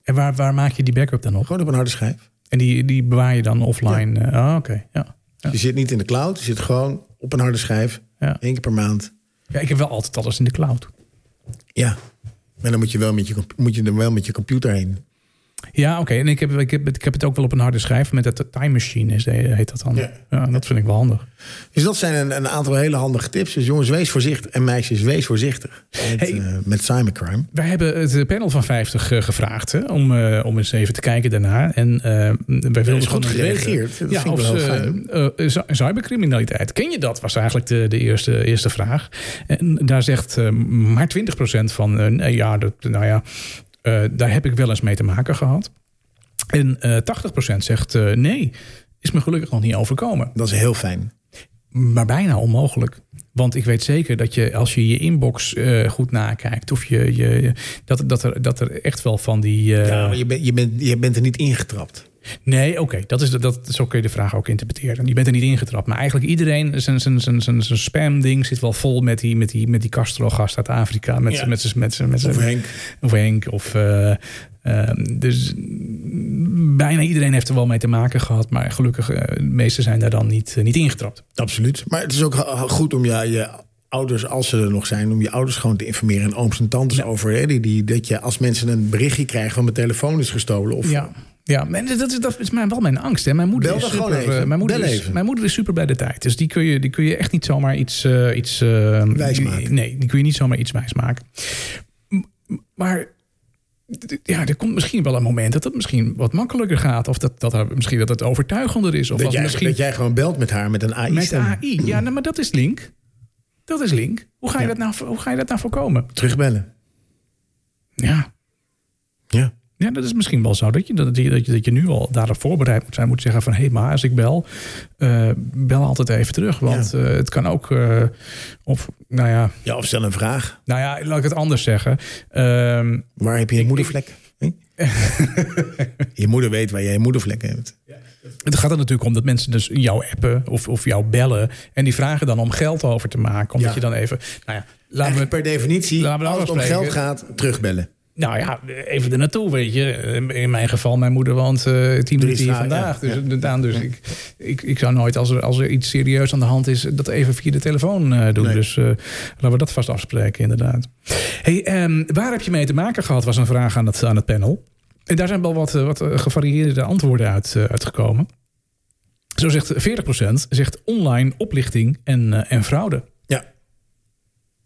[SPEAKER 1] En waar, waar maak je die backup dan op?
[SPEAKER 2] gewoon op een harde schijf.
[SPEAKER 1] En die, die bewaar je dan offline? eh, ah, oké. Ja. Ja.
[SPEAKER 2] Je zit niet in de cloud, je zit gewoon op een harde schijf.
[SPEAKER 1] Ja.
[SPEAKER 2] Eén keer per maand.
[SPEAKER 1] ja, ik heb wel altijd alles in de cloud.
[SPEAKER 2] Ja. En dan moet je, wel met je, comp- moet je er wel met je computer heen.
[SPEAKER 1] Ja, oké. En ik heb, ik, heb, het- ik heb het ook wel op een harde schijf met dat Time Machine, is, heet dat dan.
[SPEAKER 2] Ja.
[SPEAKER 1] Ja. dat vind ik wel handig.
[SPEAKER 2] Dus dat zijn een, een aantal hele handige tips. Dus jongens, wees voorzichtig. En meisjes, wees voorzichtig. Met,
[SPEAKER 1] Hey.
[SPEAKER 2] eh, met cybercrime.
[SPEAKER 1] Wij hebben het panel van 50 eh, gevraagd hè, om, eh, om eens even te kijken daarna. En eh wij wilden
[SPEAKER 2] is
[SPEAKER 1] gewoon
[SPEAKER 2] goed
[SPEAKER 1] weten-
[SPEAKER 2] gereageerd. Dat
[SPEAKER 1] ja,
[SPEAKER 2] vind ik
[SPEAKER 1] of
[SPEAKER 2] wel
[SPEAKER 1] ze,
[SPEAKER 2] fijn.
[SPEAKER 1] eh, eh, cy- cybercriminaliteit, ken je dat? Was eigenlijk de, de eerste, eerste vraag. En daar zegt eh, maar 20% van, eh, nee, ja, dat, nou ja, eh, daar heb ik wel eens mee te maken gehad. En eh 80% zegt eh, nee, is me gelukkig nog niet overkomen.
[SPEAKER 2] Dat is heel fijn.
[SPEAKER 1] maar bijna onmogelijk. Want ik weet zeker dat je, als je je inbox eh, goed nakijkt, of je, je, je- dat, dat, er, dat er echt wel van die. eh,
[SPEAKER 2] Ja, maar je, bent je, bent je bent er niet ingetrapt.
[SPEAKER 1] Nee, oké, dat is, de- dat, zo kun je de vraag ook interpreteren. Je bent er niet ingetrapt. Maar eigenlijk iedereen, zijn, zijn, zijn, zijn, zijn spam-ding zit wel vol met die, met die, met die Castro-gast uit Afrika. Met,
[SPEAKER 2] Ja.
[SPEAKER 1] met, z'n- met, z'n- met, z'n-
[SPEAKER 2] Of Henk.
[SPEAKER 1] Of Henk. Of, eh, eh, dus bijna iedereen heeft er wel mee te maken gehad. Maar gelukkig, eh, de meesten zijn daar dan niet, eh, niet ingetrapt.
[SPEAKER 2] Absoluut. Maar het is ook ha- ha- goed om je, je ouders, als ze er nog zijn, om je ouders gewoon te informeren. En ooms en tantes over. Hè, die, die, dat je als mensen een berichtje krijgen van mijn telefoon is gestolen. Of,
[SPEAKER 1] Ja. Ja, maar dat is, dat is mijn, wel mijn angst. Hè. Mijn moeder,
[SPEAKER 2] Bel
[SPEAKER 1] is
[SPEAKER 2] dan gewoon
[SPEAKER 1] super,
[SPEAKER 2] even.
[SPEAKER 1] eh, mijn, moeder
[SPEAKER 2] Bel
[SPEAKER 1] is,
[SPEAKER 2] even.
[SPEAKER 1] mijn moeder is super bij de tijd. Dus die kun je, die kun je echt niet zomaar iets... eh, iets eh,
[SPEAKER 2] Wijs
[SPEAKER 1] die-
[SPEAKER 2] maken.
[SPEAKER 1] Nee, die kun je niet zomaar iets wijs maken. M- Maar d- ja, er komt misschien wel een moment dat het misschien wat makkelijker gaat. Of dat, dat er, misschien dat het overtuigender is. Of
[SPEAKER 2] dat,
[SPEAKER 1] dat
[SPEAKER 2] jij,
[SPEAKER 1] misschien
[SPEAKER 2] dat jij gewoon belt met haar met een
[SPEAKER 1] met
[SPEAKER 2] AI-stem.
[SPEAKER 1] AI. Ja, nou, maar dat is Link. Dat is Link. Hoe ga je,
[SPEAKER 2] Ja.
[SPEAKER 1] dat, nou, hoe ga je dat nou voorkomen?
[SPEAKER 2] Terugbellen.
[SPEAKER 1] Ja,
[SPEAKER 2] Ja.
[SPEAKER 1] Ja, dat is misschien wel zo. Dat je, dat je, dat je, dat je nu al daarop voorbereid moet zijn. Moet zeggen van, hé, hey, maar als ik bel, eh, bel altijd even terug. Want eh, het kan ook, eh, of nou ja,
[SPEAKER 2] ja, of stel een vraag.
[SPEAKER 1] nou ja, laat ik het anders zeggen. Ehm,
[SPEAKER 2] Waar heb je je moedervlek? Hm? je moeder weet waar jij je moedervlek hebt.
[SPEAKER 1] het gaat er natuurlijk om dat mensen dus jou appen of, of jou bellen. En die vragen dan om geld over te maken. Omdat
[SPEAKER 2] Ja.
[SPEAKER 1] je dan even, nou ja, laten we,
[SPEAKER 2] Eigenlijk per definitie,
[SPEAKER 1] laten we
[SPEAKER 2] als het om
[SPEAKER 1] afspreken.
[SPEAKER 2] geld gaat, terugbellen.
[SPEAKER 1] nou ja, even er naartoe, weet je. In mijn geval, mijn moeder woont eh tien minuten hier
[SPEAKER 2] straat,
[SPEAKER 1] vandaag.
[SPEAKER 2] ja.
[SPEAKER 1] Dus
[SPEAKER 2] Ja.
[SPEAKER 1] inderdaad, dus ik, ik, ik zou nooit, als er, als er iets serieus aan de hand is, dat even via de telefoon eh, doen.
[SPEAKER 2] Nee.
[SPEAKER 1] Dus eh, laten we dat vast afspreken, inderdaad. Hey, ehm, waar heb je mee te maken gehad, was een vraag aan het, aan het panel. En daar zijn wel wat, eh, wat eh, gevarieerde antwoorden uit, eh, uitgekomen. Zo zegt 40% zegt online oplichting en, eh, en fraude.
[SPEAKER 2] Ja.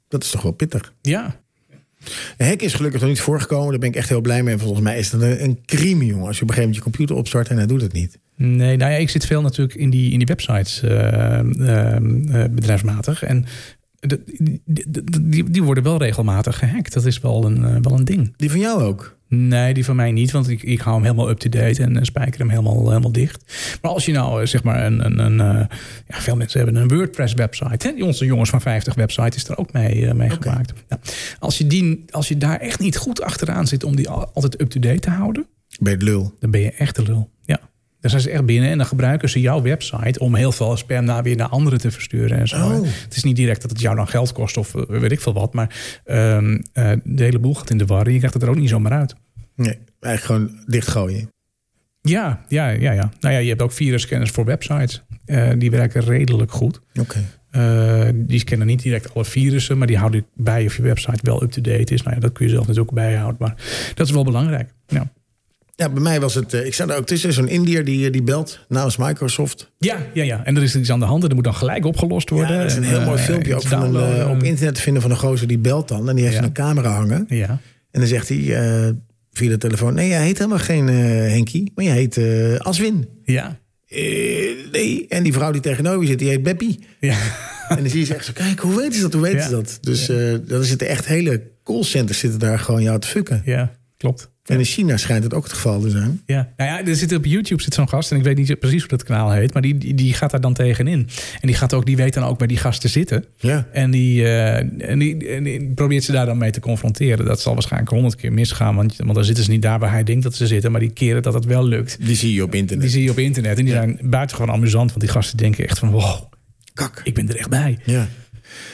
[SPEAKER 2] Dat is toch wel pittig.
[SPEAKER 1] Ja,
[SPEAKER 2] Een hack is gelukkig nog niet voorgekomen. Daar ben ik echt heel blij mee. Volgens mij is dat een, een crime, jongen. Als je op een gegeven moment je computer opstart en hij doet het niet.
[SPEAKER 1] Nee, nou ja, ik zit veel natuurlijk in die, in die websites eh, eh, eh, bedrijfsmatig. En de- die- die, die, die worden wel regelmatig gehackt. Dat is wel een, eh, wel een ding.
[SPEAKER 2] Die van jou ook.
[SPEAKER 1] Nee, die van mij niet, want ik, ik hou hem helemaal up-to-date en eh, spijker hem helemaal, helemaal dicht. Maar als je nou eh, zeg maar een. een, een eh, ja, veel mensen hebben een WordPress-website. hè. Onze jongens van 50 website is er ook mee, eh, mee gemaakt. Nou, als, je die, als je daar echt niet goed achteraan zit om die al- altijd up-to-date te houden
[SPEAKER 2] Bij de lul.
[SPEAKER 1] dan ben je echt de lul. Ja. Dan zijn ze echt binnen en dan gebruiken ze jouw website om heel veel spam naar weer naar anderen te versturen en zo.
[SPEAKER 2] Oh.
[SPEAKER 1] Het is niet direct dat het jou dan geld kost of eh, weet ik veel wat, maar ehm, eh, de hele boel gaat in de war en je krijgt het er ook niet zomaar uit.
[SPEAKER 2] Nee, eigenlijk gewoon dichtgooien.
[SPEAKER 1] Ja, ja, ja, ja. Nou ja, je hebt ook virusscanners voor websites. Eh, die werken redelijk goed.
[SPEAKER 2] Oké.
[SPEAKER 1] Eh, die scannen niet direct alle virussen, maar die houden bij of je website wel up-to-date is. Nou ja, dat kun je zelf natuurlijk ook bijhouden, maar dat is wel belangrijk. Ja,
[SPEAKER 2] Ja, bij mij was het... eh, ik zat er ook tussen. Zo'n Indiër die, eh, die belt namens Microsoft.
[SPEAKER 1] ja, ja. ja. En er is iets aan de hand en dat moet dan gelijk opgelost worden.
[SPEAKER 2] Ja, dat is een
[SPEAKER 1] En,
[SPEAKER 2] heel mooi
[SPEAKER 1] eh,
[SPEAKER 2] filmpje ook
[SPEAKER 1] iets
[SPEAKER 2] van een, eh,
[SPEAKER 1] downloaden.
[SPEAKER 2] op internet te vinden van een gozer die belt dan. En die heeft
[SPEAKER 1] Ja.
[SPEAKER 2] een camera hangen.
[SPEAKER 1] Ja.
[SPEAKER 2] En dan zegt hij eh, via de telefoon... Nee, jij heet helemaal geen eh Henkie, maar je heet eh, Aswin.
[SPEAKER 1] Ja.
[SPEAKER 2] Eh, nee. En die vrouw die tegenover je zit, die heet Beppie.
[SPEAKER 1] Ja.
[SPEAKER 2] En dan zie je ze echt zo, kijk, hoe weten ze dat? Hoe weten
[SPEAKER 1] Ja.
[SPEAKER 2] ze dat? Dus eh dan zitten echt hele callcenters zitten daar gewoon jou te fucken.
[SPEAKER 1] ja, klopt.
[SPEAKER 2] En in China schijnt het ook het geval te zijn.
[SPEAKER 1] Ja. Nou ja, er zit op YouTube zit zo'n gast en ik weet niet precies hoe dat kanaal heet, maar die, die, die gaat daar dan tegenin. En die, gaat ook, die weet dan ook bij die gasten zitten.
[SPEAKER 2] Ja.
[SPEAKER 1] En die, eh, en, die, en die probeert ze daar dan mee te confronteren. Dat zal waarschijnlijk honderd keer misgaan, want, want dan zitten ze niet daar waar hij denkt dat ze zitten, maar die keren dat het wel lukt.
[SPEAKER 2] Die zie je op
[SPEAKER 1] Die
[SPEAKER 2] internet.
[SPEAKER 1] zie je op internet en die zijn buitengewoon amusant, want die gasten denken echt van wow,
[SPEAKER 2] Kak.
[SPEAKER 1] ik ben er echt bij.
[SPEAKER 2] Ja.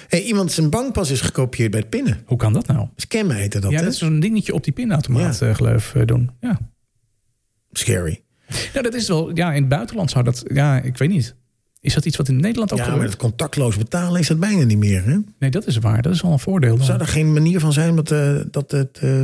[SPEAKER 2] Hey, iemand zijn bankpas is gekopieerd bij het pinnen.
[SPEAKER 1] Hoe kan dat nou?
[SPEAKER 2] Scam heette dat,
[SPEAKER 1] Ja,
[SPEAKER 2] hè?
[SPEAKER 1] dat is zo'n dingetje op die pinautomaat, eh, geloof ik, doen. Ja.
[SPEAKER 2] Scary.
[SPEAKER 1] Ja, dat is wel. Ja, in het buitenland zou dat. Ja, ik weet niet. Is dat iets wat in Nederland ook
[SPEAKER 2] Ja, maar
[SPEAKER 1] gebeurt?
[SPEAKER 2] het contactloos betalen is dat bijna niet meer, hè?
[SPEAKER 1] Nee, dat is waar. Dat is al een voordeel. Dan.
[SPEAKER 2] Zou er geen manier van zijn dat, eh, dat het... eh,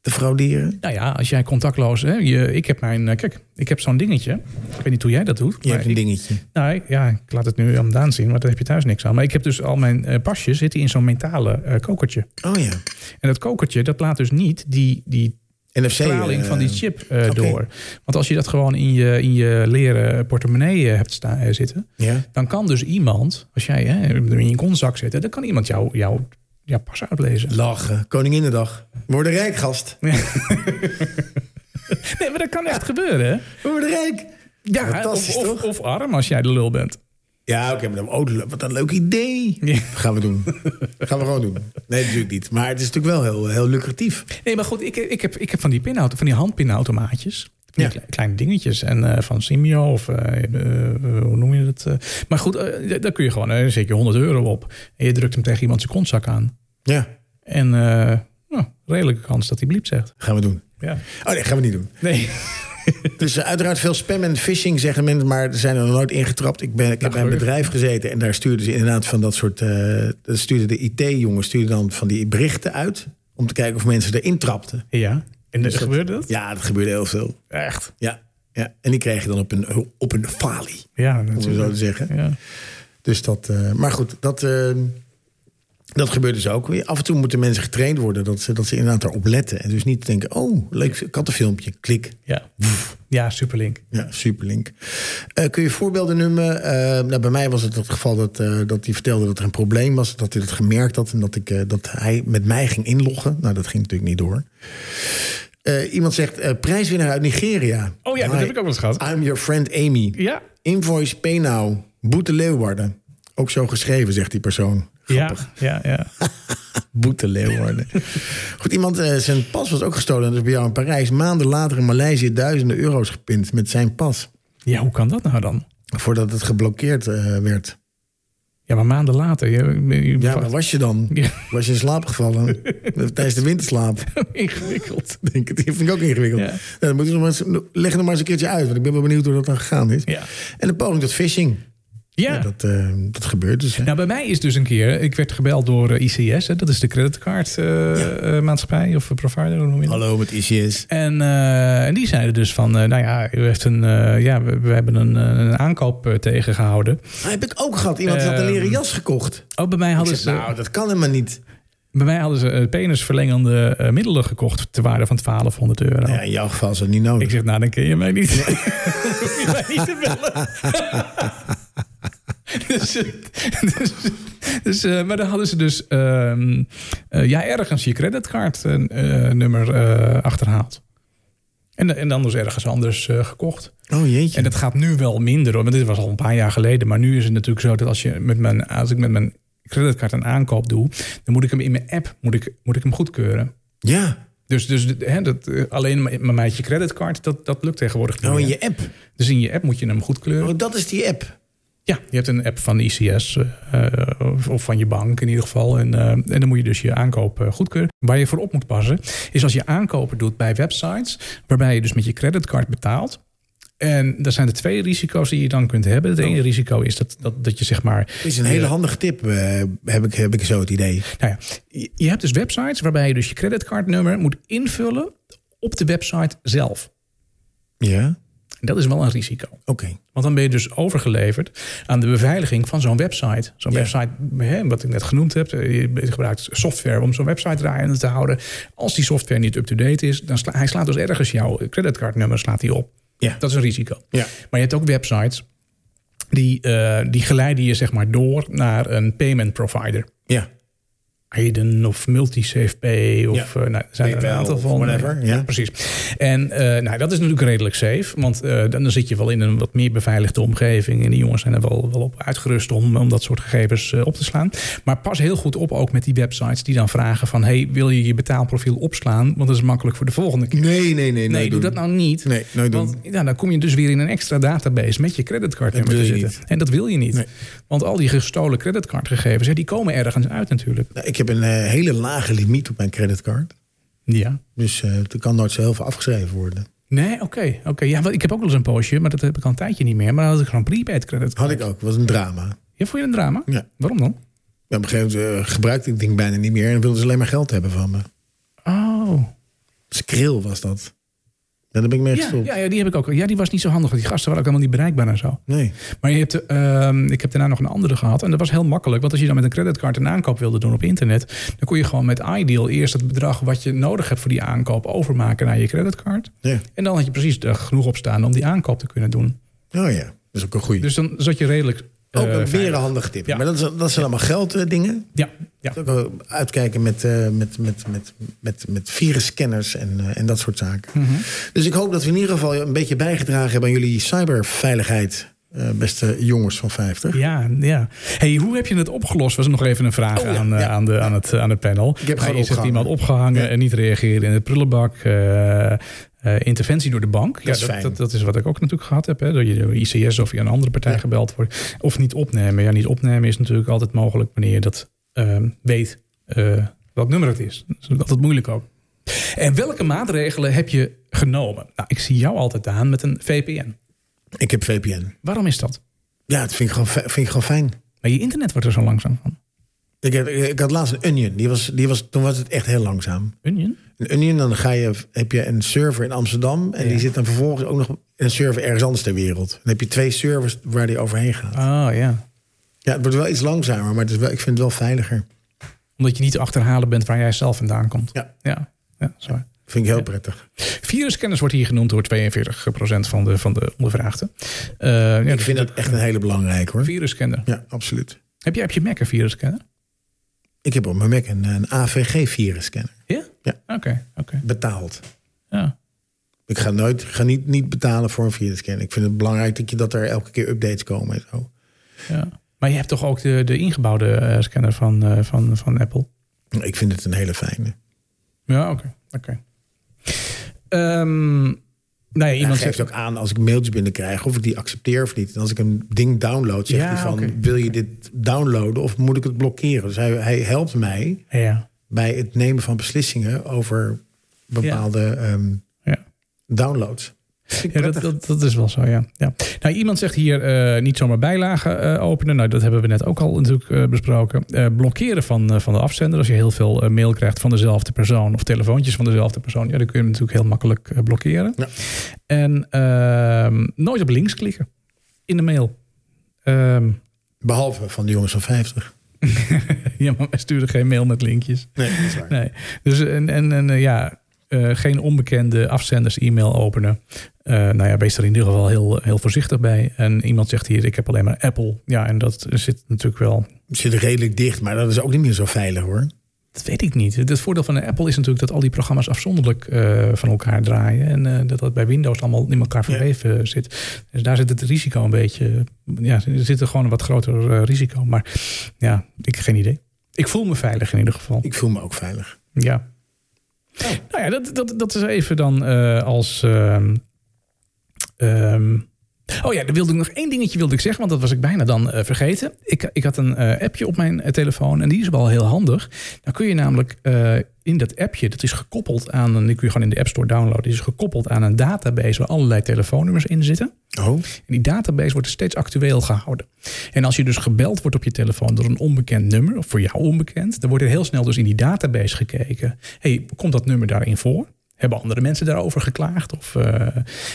[SPEAKER 2] te frauderen?
[SPEAKER 1] Nou ja, als jij contactloos. Hè, je, ik heb mijn. eh, Kijk, ik heb zo'n dingetje. Ik weet niet hoe jij dat doet.
[SPEAKER 2] Je
[SPEAKER 1] maar
[SPEAKER 2] hebt
[SPEAKER 1] ik-
[SPEAKER 2] een dingetje.
[SPEAKER 1] nou, ik- ja, ik laat het nu aan Daan zien, maar daar heb je thuis niks aan. Maar ik heb dus al mijn eh, pasjes zitten in zo'n metalen eh, kokertje.
[SPEAKER 2] Oh ja.
[SPEAKER 1] En dat kokertje, dat laat dus niet die, die
[SPEAKER 2] NFC.
[SPEAKER 1] straling
[SPEAKER 2] eh,
[SPEAKER 1] van die chip eh,
[SPEAKER 2] oké.
[SPEAKER 1] door. Want als je dat gewoon in je, in je leren portemonnee eh, hebt sta- eh, zitten,
[SPEAKER 2] Ja.
[SPEAKER 1] dan kan dus iemand, als jij hè, in je kontzak zit, hè, dan kan iemand jouw jou, jou pas uitlezen.
[SPEAKER 2] Lachen. Koninginnedag. Worden rijk, gast.
[SPEAKER 1] Nee, maar dat kan echt gebeuren. hè?
[SPEAKER 2] Worden rijk.
[SPEAKER 1] Ja,
[SPEAKER 2] Fantastisch,
[SPEAKER 1] of,
[SPEAKER 2] toch?
[SPEAKER 1] of, of arm als jij de lul bent.
[SPEAKER 2] Ja, oké, maar dan, oh, le- wat een leuk idee.
[SPEAKER 1] Ja.
[SPEAKER 2] Gaan we doen. Gaan we gewoon doen. Nee, natuurlijk niet. Maar het is natuurlijk wel heel, heel lucratief.
[SPEAKER 1] Nee, maar goed, ik, ik, heb, ik heb van die, pinauto, van die handpinautomaatjes. Van die
[SPEAKER 2] Ja.
[SPEAKER 1] kle- kleine dingetjes. En eh, van Simio of eh, eh, hoe noem je dat? eh. maar goed, eh, d- daar kun je gewoon, eh, zet je 100 euro op. En je drukt hem tegen iemand zijn kontzak aan.
[SPEAKER 2] Ja,
[SPEAKER 1] En eh, nou, redelijke kans dat hij bliep zegt.
[SPEAKER 2] gaan we doen.
[SPEAKER 1] Ja.
[SPEAKER 2] Oh nee, gaan we niet doen.
[SPEAKER 1] Nee.
[SPEAKER 2] Dus eh, uiteraard veel spam en phishing zeggen mensen, maar er zijn er nog nooit ingetrapt. Ik, ben, ik heb bij een
[SPEAKER 1] gelukkig.
[SPEAKER 2] bedrijf gezeten en daar stuurden ze inderdaad van dat soort. eh dat stuurde de IT-jongens stuurden dan van die berichten uit om te kijken of mensen erin trapten.
[SPEAKER 1] Ja. En
[SPEAKER 2] Dus dat-
[SPEAKER 1] gebeurde dat?
[SPEAKER 2] Ja, dat gebeurde heel veel.
[SPEAKER 1] Echt?
[SPEAKER 2] Ja, ja. en die kreeg je dan op een, op een falie,
[SPEAKER 1] Ja,
[SPEAKER 2] om het zo te
[SPEAKER 1] natuurlijk.
[SPEAKER 2] zeggen.
[SPEAKER 1] Ja.
[SPEAKER 2] Dus dat, eh, maar goed, dat, eh, dat gebeurt dus ook. Af en toe moeten mensen getraind worden dat ze, dat ze inderdaad daarop letten. En dus niet denken, oh, leuk kattenfilmpje, klik.
[SPEAKER 1] Ja. ja, superlink.
[SPEAKER 2] Ja, superlink. Eh, kun je voorbeelden noemen? Eh, nou, bij mij was het het geval dat, eh, dat hij vertelde dat er een probleem was. Dat hij dat gemerkt had en dat, ik, eh, dat hij met mij ging inloggen. Nou, dat ging natuurlijk niet door. Eh, iemand zegt, eh, prijswinnaar uit Nigeria.
[SPEAKER 1] Oh ja, dat
[SPEAKER 2] Hi,
[SPEAKER 1] heb ik ook wel eens gehad.
[SPEAKER 2] I'm your friend Amy.
[SPEAKER 1] Ja.
[SPEAKER 2] Invoice Penau, Boete Leeuwarden. Ook zo geschreven, zegt die persoon.
[SPEAKER 1] Ja, ja, ja.
[SPEAKER 2] Boete Leeuwarden. Goed, iemand, eh, zijn pas was ook gestolen. Dus bij jou in Parijs. Maanden later in Maleisië duizenden euro's gepind met zijn pas.
[SPEAKER 1] Ja, hoe kan dat nou dan?
[SPEAKER 2] Voordat het geblokkeerd eh, werd.
[SPEAKER 1] Ja, maar maanden later. Je, je, je-
[SPEAKER 2] Ja, waar was je dan?
[SPEAKER 1] Ja.
[SPEAKER 2] Was je in slaap gevallen? Tijdens de winterslaap.
[SPEAKER 1] ingewikkeld.
[SPEAKER 2] Denk ik. Die vind ik ook ingewikkeld.
[SPEAKER 1] Ja.
[SPEAKER 2] Nou, dan moeten we nog maar eens, leg er nog maar eens een keertje uit. Want ik ben wel benieuwd hoe dat dan gegaan is.
[SPEAKER 1] Ja.
[SPEAKER 2] En de poging tot phishing.
[SPEAKER 1] Ja.
[SPEAKER 2] Ja, dat, eh, dat gebeurt dus. hè.
[SPEAKER 1] Nou, bij mij is dus een keer, ik werd gebeld door eh, ICS, hè, dat is de creditcardmaatschappij of eh, provider, hoe noem je dat?
[SPEAKER 2] Hallo, met ICS.
[SPEAKER 1] En, eh, en die zeiden dus van, eh, nou ja, u heeft een, eh, ja we, we hebben een, eh, een aankoop eh, tegengehouden.
[SPEAKER 2] Ah, heb ik ook gehad. Iemand had een
[SPEAKER 1] Ehm,
[SPEAKER 2] leren jas gekocht.
[SPEAKER 1] Oh, bij mij
[SPEAKER 2] Ik
[SPEAKER 1] hadden
[SPEAKER 2] zeg,
[SPEAKER 1] ze,
[SPEAKER 2] nou, dat kan helemaal niet.
[SPEAKER 1] bij mij hadden ze eh, penisverlengende eh, middelen gekocht ter waarde van 1200 euro.
[SPEAKER 2] Nou Ja, in jouw geval is dat niet nodig.
[SPEAKER 1] Ik zeg, nou, dan ken je mij niet. Hoef je mij niet te bellen. dus, eh, dus, dus, eh, maar dan hadden ze dus ehm, eh, ja, ergens je creditcardnummer nummer eh, achterhaald. En, en dan dus ergens anders eh, gekocht.
[SPEAKER 2] oh jeetje.
[SPEAKER 1] En dat gaat nu wel minder hoor. Want dit was al een paar jaar geleden. Maar nu is het natuurlijk zo dat als, je met mijn, als ik met mijn creditcard een aankoop doe, dan moet ik hem in mijn app moet ik, moet ik hem goedkeuren.
[SPEAKER 2] ja,
[SPEAKER 1] Dus, dus hè, dat, eh, alleen mijn- mijn meidje creditcard, dat, dat lukt tegenwoordig niet
[SPEAKER 2] nou in
[SPEAKER 1] meer.
[SPEAKER 2] je app.
[SPEAKER 1] Dus in je app moet je hem goedkeuren.
[SPEAKER 2] Oh, dat is die app.
[SPEAKER 1] Ja, je hebt een app van ICS eh, of- of van je bank in ieder geval. En, eh, en dan moet je dus je aankoop eh, goedkeuren. Waar je voor op moet passen is als je aankopen doet bij websites... waarbij je dus met je creditcard betaalt... En dat zijn de twee risico's die je dan kunt hebben. Het ene risico is dat, dat, dat je zeg maar...
[SPEAKER 2] Dat Oh. is een hele handige tip, eh, heb, ik, heb ik zo het idee.
[SPEAKER 1] Nou ja, je- je hebt dus websites waarbij je dus je creditcardnummer moet invullen op de website zelf.
[SPEAKER 2] Ja, oké.
[SPEAKER 1] En dat is wel een risico. Want dan ben je dus overgeleverd aan de beveiliging van zo'n website. Zo'n
[SPEAKER 2] Ja.
[SPEAKER 1] website, hè, wat ik net genoemd heb, eh, je gebruikt software om zo'n website draaiende te houden. Als die software niet up-to-date is, dan sla, hij slaat dus ergens jouw creditcardnummer slaat hij op.
[SPEAKER 2] Ja.
[SPEAKER 1] Dat is een risico.
[SPEAKER 2] Ja.
[SPEAKER 1] Maar je hebt ook websites die, eh, die geleiden je zeg maar door naar een payment provider.
[SPEAKER 2] Ja.
[SPEAKER 1] Aiden of MultiSafePay of
[SPEAKER 2] Ja.
[SPEAKER 1] eh, nou, er zijn er
[SPEAKER 2] PayPal
[SPEAKER 1] een aantal
[SPEAKER 2] of
[SPEAKER 1] van.
[SPEAKER 2] whatever, ja.
[SPEAKER 1] precies. En eh, nou, dat is natuurlijk redelijk safe, want eh, dan dan zit je wel in een wat meer beveiligde omgeving. En die jongens zijn er wel, wel op uitgerust om, om dat soort gegevens eh, op te slaan. Maar pas heel goed op ook met die websites die dan vragen van... hey, wil je je betaalprofiel opslaan? Want dat is makkelijk voor de volgende keer.
[SPEAKER 2] Nee, nee, nee.
[SPEAKER 1] Nee, doe dat nou niet.
[SPEAKER 2] Nee, nooit doen.
[SPEAKER 1] Want ja, dan kom je dus weer in een extra database met je creditcardnummer
[SPEAKER 2] Dat
[SPEAKER 1] te
[SPEAKER 2] wil je
[SPEAKER 1] zitten. En dat wil je niet.
[SPEAKER 2] Nee.
[SPEAKER 1] Want al die gestolen creditcardgegevens, hè, die komen ergens uit natuurlijk.
[SPEAKER 2] Nou, ik heb een eh, hele lage limiet op mijn creditcard.
[SPEAKER 1] Ja.
[SPEAKER 2] Dus eh er kan nooit zo heel veel afgeschreven worden.
[SPEAKER 1] Nee, oké. oké. Ja, wel, ik heb ook wel eens een postje, maar dat heb ik al een tijdje niet meer. Maar dan had ik gewoon prepaid credit.
[SPEAKER 2] Had ik ook. was een drama.
[SPEAKER 1] Ja, vond je een drama?
[SPEAKER 2] Ja.
[SPEAKER 1] Waarom dan?
[SPEAKER 2] Ja, Op een gegeven moment eh, gebruikte ik het ding bijna niet meer. En wilden ze alleen maar geld hebben van me.
[SPEAKER 1] Oh.
[SPEAKER 2] Skrill was dat. En daar ben ik mee
[SPEAKER 1] Ja,
[SPEAKER 2] gestopt.
[SPEAKER 1] ja, ja, die heb ik ook. Ja, die was niet zo handig. want Die gasten waren ook helemaal niet bereikbaar en zo.
[SPEAKER 2] Nee.
[SPEAKER 1] Maar je hebt, de, ehm, ik heb daarna nog een andere gehad. En dat was heel makkelijk. Want als je dan met een creditcard een aankoop wilde doen op internet... dan kon je gewoon met iDeal eerst het bedrag wat je nodig hebt voor die aankoop... overmaken naar je creditcard.
[SPEAKER 2] Ja.
[SPEAKER 1] En dan had je precies er genoeg op staan om die aankoop te kunnen doen.
[SPEAKER 2] Oh ja, dat is ook een goeie.
[SPEAKER 1] Dus dan zat je redelijk... eh,
[SPEAKER 2] ook een weer
[SPEAKER 1] veilig.
[SPEAKER 2] een handige tip.
[SPEAKER 1] Ja.
[SPEAKER 2] Maar dat, is, dat zijn allemaal gelddingen.
[SPEAKER 1] Ja, ja.
[SPEAKER 2] Ook wel uitkijken met, eh, met, met, met, met, met virusscanners en, eh, en dat soort zaken. Dus ik hoop dat we in ieder geval een beetje bijgedragen hebben aan jullie cyberveiligheid. eh, beste jongens van 50.
[SPEAKER 1] Ja, ja. Hey, hoe heb je het opgelost? Was nog even een vraag
[SPEAKER 2] Oh, ja,
[SPEAKER 1] aan, eh,
[SPEAKER 2] ja.
[SPEAKER 1] aan, de, aan, het, aan het panel.
[SPEAKER 2] Ik heb
[SPEAKER 1] Hij
[SPEAKER 2] gewoon
[SPEAKER 1] is het
[SPEAKER 2] opgehangen.
[SPEAKER 1] iemand opgehangen
[SPEAKER 2] Ja.
[SPEAKER 1] en niet reageren in het prullenbak. eh, eh, interventie door de bank.
[SPEAKER 2] is
[SPEAKER 1] ja, dat,
[SPEAKER 2] fijn.
[SPEAKER 1] dat, dat is wat ik ook natuurlijk gehad heb. Hè? Dat je door ICS of je een andere partij gebeld wordt. Of niet opnemen. Ja, niet opnemen is natuurlijk altijd mogelijk wanneer je dat ehm, weet eh, welk nummer het is. Dat is natuurlijk altijd moeilijk ook. En welke maatregelen heb je genomen. Nou, ik zie jou altijd aan met een VPN.
[SPEAKER 2] Ik heb VPN.
[SPEAKER 1] Waarom is dat?
[SPEAKER 2] Ja, dat vind ik gewoon, fi- vind ik gewoon fijn.
[SPEAKER 1] Maar je internet wordt er zo langzaam van.
[SPEAKER 2] Ik, heb, ik had laatst een Onion. Die was, die was, toen was het echt heel langzaam.
[SPEAKER 1] Union?
[SPEAKER 2] Een Onion, dan ga je, heb je een server in Amsterdam. En die zit dan vervolgens ook nog in een server ergens anders ter wereld. Dan heb je twee servers waar die overheen gaat.
[SPEAKER 1] Oh ja.
[SPEAKER 2] Ah, Ja, het wordt wel iets langzamer, maar het is wel, ik vind het wel veiliger.
[SPEAKER 1] Omdat je niet te achterhalen bent waar jij zelf vandaan komt.
[SPEAKER 2] Ja.
[SPEAKER 1] Ja, ja sorry.
[SPEAKER 2] Vind ik heel prettig.
[SPEAKER 1] Viruskennis wordt hier genoemd door 42% van de, van de ondervraagden. Eh, ja,
[SPEAKER 2] Ik vind dat echt een hele belangrijke hoor.
[SPEAKER 1] viruskenner.
[SPEAKER 2] Ja, absoluut.
[SPEAKER 1] Heb je op je Mac een viruskenner?
[SPEAKER 2] Ik heb op mijn Mac een, een AVG-virusscanner.
[SPEAKER 1] Ja?
[SPEAKER 2] Ja.
[SPEAKER 1] Oké, oké.
[SPEAKER 2] Betaald.
[SPEAKER 1] Ja.
[SPEAKER 2] Ik ga nooit, ga niet, niet betalen voor een virusscanner. Ik vind het belangrijk dat, je, dat er elke keer updates komen en zo.
[SPEAKER 1] ja. Maar je hebt toch ook de, de ingebouwde eh, scanner van, eh, van, van Apple?
[SPEAKER 2] Ik vind het een hele fijne.
[SPEAKER 1] Ja, oké. oké. Ehm, nee,
[SPEAKER 2] Iemand
[SPEAKER 1] iemand
[SPEAKER 2] geeft
[SPEAKER 1] zegt...
[SPEAKER 2] ook aan als ik mailtjes binnenkrijg of ik die accepteer of niet. En als ik een ding download, zegt
[SPEAKER 1] Ja,
[SPEAKER 2] hij van
[SPEAKER 1] oké.
[SPEAKER 2] wil je dit downloaden of moet ik het blokkeren? Dus hij, hij helpt mij
[SPEAKER 1] Ja,
[SPEAKER 2] bij het nemen van beslissingen over bepaalde ehm,
[SPEAKER 1] ja.
[SPEAKER 2] downloads.
[SPEAKER 1] Ja, dat, dat, dat is wel zo, ja. ja. Nou, iemand zegt hier eh, niet zomaar bijlagen eh, openen. Nou, dat hebben we net ook al natuurlijk eh, besproken. Eh, blokkeren van, eh, van de afzender. Als je heel veel eh, mail krijgt van dezelfde persoon... of telefoontjes van dezelfde persoon... Ja, dan kun je hem natuurlijk heel makkelijk eh, blokkeren.
[SPEAKER 2] Ja.
[SPEAKER 1] En ehm, nooit op links klikken in de mail. Ehm,
[SPEAKER 2] Behalve van de jongens van 50.
[SPEAKER 1] ja, maar wij sturen geen mail met linkjes.
[SPEAKER 2] Nee, dat is waar.
[SPEAKER 1] Nee. Dus en, en, en eh, ja, eh, geen onbekende afzenders e-mail openen. Eh, nou ja, wees er in ieder geval heel, heel voorzichtig bij. En iemand zegt hier, ik heb alleen maar Apple. Ja, en dat zit natuurlijk wel...
[SPEAKER 2] Het zit redelijk dicht, maar dat is ook niet meer zo veilig hoor.
[SPEAKER 1] Dat weet ik niet. Het voordeel van een Apple is natuurlijk dat al die programma's afzonderlijk eh, van elkaar draaien. En eh, dat dat bij Windows allemaal in elkaar verweven zit. Dus daar zit het risico een beetje... Ja, er zit er gewoon een wat groter eh, risico. Maar ja, ik geen idee. Ik voel me veilig in ieder geval.
[SPEAKER 2] Ik voel me ook veilig.
[SPEAKER 1] Ja. Nou ja, dat, dat, dat is even dan eh, als. ehm, ehm, oh ja, dan wilde ik nog één dingetje wilde ik zeggen, want dat was ik bijna dan eh, vergeten. Ik, ik had een eh, appje op mijn eh, telefoon en die is wel heel handig. Dan kun je namelijk eh, in dat appje, dat is gekoppeld aan, een- die kun je gewoon in de App Store downloaden, die is gekoppeld aan een database waar allerlei telefoonnummers in zitten.
[SPEAKER 2] Oh,
[SPEAKER 1] En die database wordt steeds actueel gehouden. En als je dus gebeld wordt op je telefoon door een onbekend nummer, of voor jou onbekend, dan wordt er heel snel dus in die database gekeken. hey, komt dat nummer daarin voor? Hebben andere mensen daarover geklaagd? Of, eh,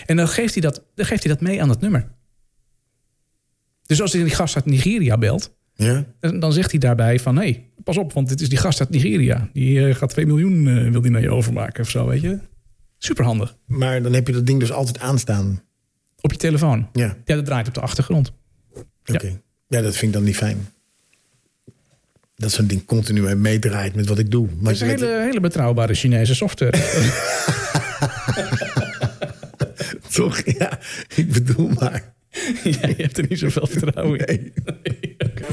[SPEAKER 1] En dan geeft, hij dat, dan geeft hij dat mee aan dat nummer. Dus als hij die gast uit Nigeria belt,
[SPEAKER 2] ja.
[SPEAKER 1] dan, dan zegt hij daarbij van... hé, hey, pas op, want dit is die gast uit Nigeria. Die eh, gaat 2 miljoen eh, wil die naar je overmaken of zo, weet je. Superhandig.
[SPEAKER 2] Maar dan heb je dat ding dus altijd aanstaan.
[SPEAKER 1] Op je telefoon.
[SPEAKER 2] Ja,
[SPEAKER 1] Ja, dat draait op de achtergrond.
[SPEAKER 2] oké. Ja, dat vind ik dan niet fijn. Dat zo'n ding continu meedraait met wat ik doe. Maar
[SPEAKER 1] Het is een hele, hele betrouwbare Chinese software.
[SPEAKER 2] Toch? Ja, ik bedoel maar.
[SPEAKER 1] Jij hebt er niet zoveel vertrouwen in. Nee, Oké,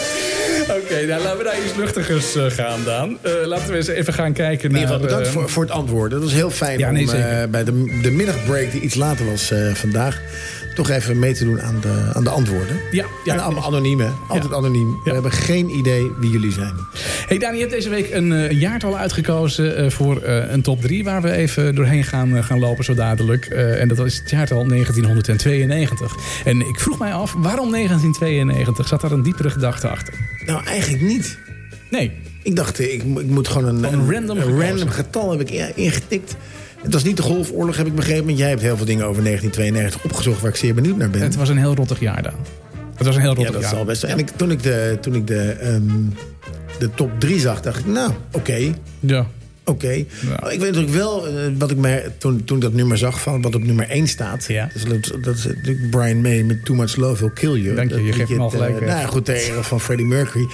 [SPEAKER 1] Oké, nou laten we naar iets luchtigers eh, gaan, Daan. Eh, laten we eens even gaan kijken
[SPEAKER 2] In
[SPEAKER 1] naar...
[SPEAKER 2] ieder geval Nou, bedankt
[SPEAKER 1] eh,
[SPEAKER 2] voor, voor het antwoord. Dat was heel fijn
[SPEAKER 1] Ja,
[SPEAKER 2] om
[SPEAKER 1] nee, zeker.
[SPEAKER 2] eh, bij de, de middagbreak die iets later was eh, vandaag... toch even mee te doen aan de, aan de antwoorden.
[SPEAKER 1] Ja, ja.
[SPEAKER 2] En allemaal anoniem, hè? Altijd anoniem. We
[SPEAKER 1] Ja.
[SPEAKER 2] hebben geen idee wie jullie zijn.
[SPEAKER 1] Hey Daan, je hebt deze week een eh, een jaartal uitgekozen eh, voor eh, een top 3... waar we even doorheen gaan, eh, gaan lopen zo dadelijk. Eh, en dat is het jaartal 1992. En ik vroeg mij af, waarom 1992? Zat daar een diepere gedachte achter?
[SPEAKER 2] Nou, eigenlijk niet.
[SPEAKER 1] Nee,
[SPEAKER 2] Ik dacht, eh, ik, mo- ik moet gewoon een,
[SPEAKER 1] Gewoon random
[SPEAKER 2] een
[SPEAKER 1] gekozen.
[SPEAKER 2] random getal heb ik in- ingetikt. Het was niet de Golfoorlog, heb ik begrepen. Want jij hebt heel veel dingen over 1992 opgezocht... waar ik zeer benieuwd naar ben.
[SPEAKER 1] het was een heel rottig jaar, Daan. Het was een heel
[SPEAKER 2] ja,
[SPEAKER 1] rottig
[SPEAKER 2] dat
[SPEAKER 1] jaar.
[SPEAKER 2] zal best zijn. En ik, toen ik de, toen ik de, ehm, de top 3 zag, dacht ik... nou, oké,
[SPEAKER 1] Ja.
[SPEAKER 2] Oké.
[SPEAKER 1] Ja.
[SPEAKER 2] Ik weet natuurlijk wel, eh, wat ik me, toen, toen ik dat nummer zag, van wat op nummer 1 staat.
[SPEAKER 1] Ja.
[SPEAKER 2] Dus dat, dat is natuurlijk Brian May met Too Much Love Will Kill You.
[SPEAKER 1] Dank je,
[SPEAKER 2] Dat
[SPEAKER 1] je
[SPEAKER 2] liedje
[SPEAKER 1] geeft me al
[SPEAKER 2] uit, eh,
[SPEAKER 1] gelijk, hè.
[SPEAKER 2] nou ja, goed, ter ere van Freddie Mercury.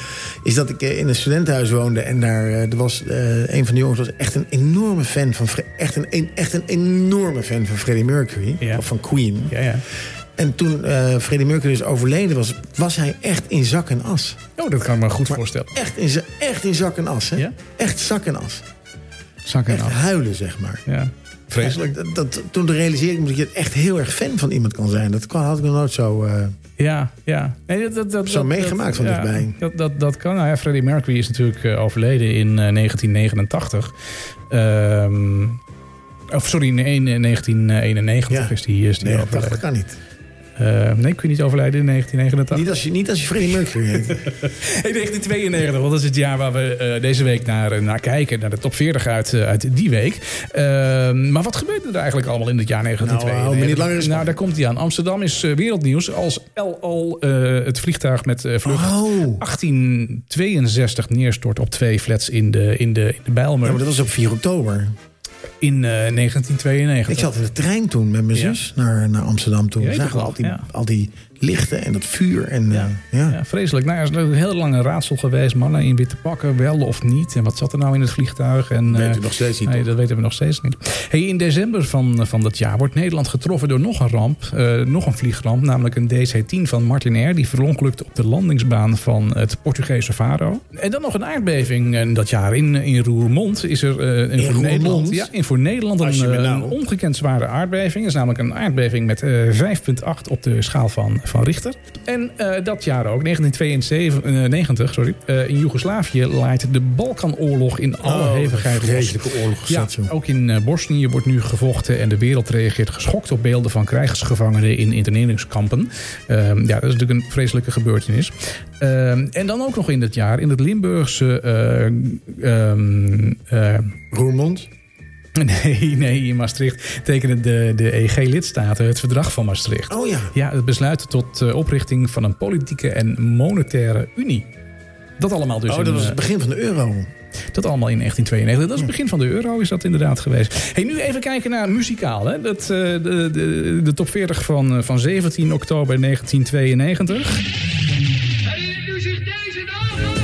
[SPEAKER 2] Is dat ik eh, in een studentenhuis woonde en daar eh, er was eh, een van de jongens was echt een enorme fan van Fre- echt een, een- echt een enorme fan van Freddie Mercury.
[SPEAKER 1] Ja.
[SPEAKER 2] Of van Queen.
[SPEAKER 1] Ja, ja.
[SPEAKER 2] En toen eh, Freddie Mercury dus overleden was, was hij echt in zak en as.
[SPEAKER 1] Oh, dat kan ik me goed voorstellen.
[SPEAKER 2] Echt in, za- echt in zak en as. Hè?
[SPEAKER 1] Ja?
[SPEAKER 2] Echt zak en as.
[SPEAKER 1] Zak en
[SPEAKER 2] Echt
[SPEAKER 1] af.
[SPEAKER 2] huilen, zeg maar.
[SPEAKER 1] Ja.
[SPEAKER 2] Ja, dat, dat- toen realiseerde ik me dat je echt heel erg fan van iemand kan zijn. Dat kan- had ik nog nooit zo. eh,
[SPEAKER 1] Ja, ja. Nee, dat, dat, dat,
[SPEAKER 2] Zo
[SPEAKER 1] dat-
[SPEAKER 2] meegemaakt van
[SPEAKER 1] ja,
[SPEAKER 2] dichtbij.
[SPEAKER 1] Dat, dat, dat kan. Nou ja, Freddie Mercury is natuurlijk eh, overleden in eh, 1989. Ehm, Of sorry, in een- in 1991
[SPEAKER 2] Ja.
[SPEAKER 1] is die, is die
[SPEAKER 2] Nee, dat
[SPEAKER 1] overleden.
[SPEAKER 2] kan niet.
[SPEAKER 1] Eh, nee, kun je niet overlijden in 1989.
[SPEAKER 2] Niet als je, niet als je Freddie Mercury heet.
[SPEAKER 1] Hey, 1992, want dat is het jaar waar we eh, deze week naar, eh, naar kijken. Naar de top 40 uit, eh, uit die week. Ehm, maar wat gebeurde er eigenlijk allemaal in het jaar
[SPEAKER 2] Nou, hou
[SPEAKER 1] 1992?
[SPEAKER 2] me niet langer in spanning.
[SPEAKER 1] nou, daar komt hij aan. Amsterdam is eh, wereldnieuws als LO eh, het vliegtuig met eh, vlucht
[SPEAKER 2] Oh.
[SPEAKER 1] 1862 neerstort op twee flats in de, in de, in de Bijlmer
[SPEAKER 2] Ja, maar dat was op 4 oktober.
[SPEAKER 1] in eh, 1992.
[SPEAKER 2] Ik zat in de trein toen met mijn
[SPEAKER 1] Ja.
[SPEAKER 2] zus naar, naar Amsterdam toe.
[SPEAKER 1] Je
[SPEAKER 2] We
[SPEAKER 1] weet
[SPEAKER 2] zagen
[SPEAKER 1] het
[SPEAKER 2] al die,
[SPEAKER 1] wel, ja.
[SPEAKER 2] al die lichten en dat vuur. En, ja. ja.
[SPEAKER 1] Ja, vreselijk. Nou, er is een heel lang een raadsel geweest. Mannen in witte pakken, wel of niet. En wat zat er nou in het vliegtuig? En,
[SPEAKER 2] Weet u
[SPEAKER 1] eh,
[SPEAKER 2] nog steeds niet,
[SPEAKER 1] Nee,
[SPEAKER 2] toch?
[SPEAKER 1] dat weten we nog steeds niet. Hey, in december van, van dat jaar wordt Nederland getroffen door nog een ramp. eh, nog een vliegramp, namelijk een DC-10 van Martin Air. Die verongelukte op de landingsbaan van het Portugese Faro. En dan nog een aardbeving eh, dat jaar. In, in Roermond is er eh, een voor
[SPEAKER 2] Roermond?
[SPEAKER 1] Nederland, ja, in voor Nederland
[SPEAKER 2] Als
[SPEAKER 1] een,
[SPEAKER 2] je
[SPEAKER 1] eh,
[SPEAKER 2] me nou-
[SPEAKER 1] een ongekend zware aardbeving. Dat is namelijk een aardbeving met eh, 5,8 op de schaal van, van Richter. En eh, dat jaar ook, 1992, sorry, eh, in Joegoslavië laait de Balkanoorlog in alle
[SPEAKER 2] Oh,
[SPEAKER 1] hevigheid los.
[SPEAKER 2] vreselijke oorlog is
[SPEAKER 1] Ja,
[SPEAKER 2] dat, joh.
[SPEAKER 1] ook in eh, Bosnië wordt nu gevochten en de wereld reageert geschokt op beelden van krijgsgevangenen in interneringskampen. Ehm, ja, dat is natuurlijk een vreselijke gebeurtenis. Ehm, en dan ook nog in dat jaar, in het Limburgse. eh, ehm, eh,
[SPEAKER 2] Roermond.
[SPEAKER 1] nee, nee, in Maastricht tekenen de, de EG-lidstaten het verdrag van Maastricht.
[SPEAKER 2] Oh ja.
[SPEAKER 1] Ja, het besluit tot eh, oprichting van een politieke en monetaire unie. Dat allemaal dus
[SPEAKER 2] oh,
[SPEAKER 1] in,
[SPEAKER 2] dat was
[SPEAKER 1] eh,
[SPEAKER 2] het begin van de euro.
[SPEAKER 1] dat allemaal in 1992. Dat is het begin van de euro, is dat inderdaad geweest. Hey, nu even kijken naar muzikaal. Hè? Dat, eh, de, de, de top 40 van, eh, van 17 oktober 1992.
[SPEAKER 3] Herinnert u zich deze dagen?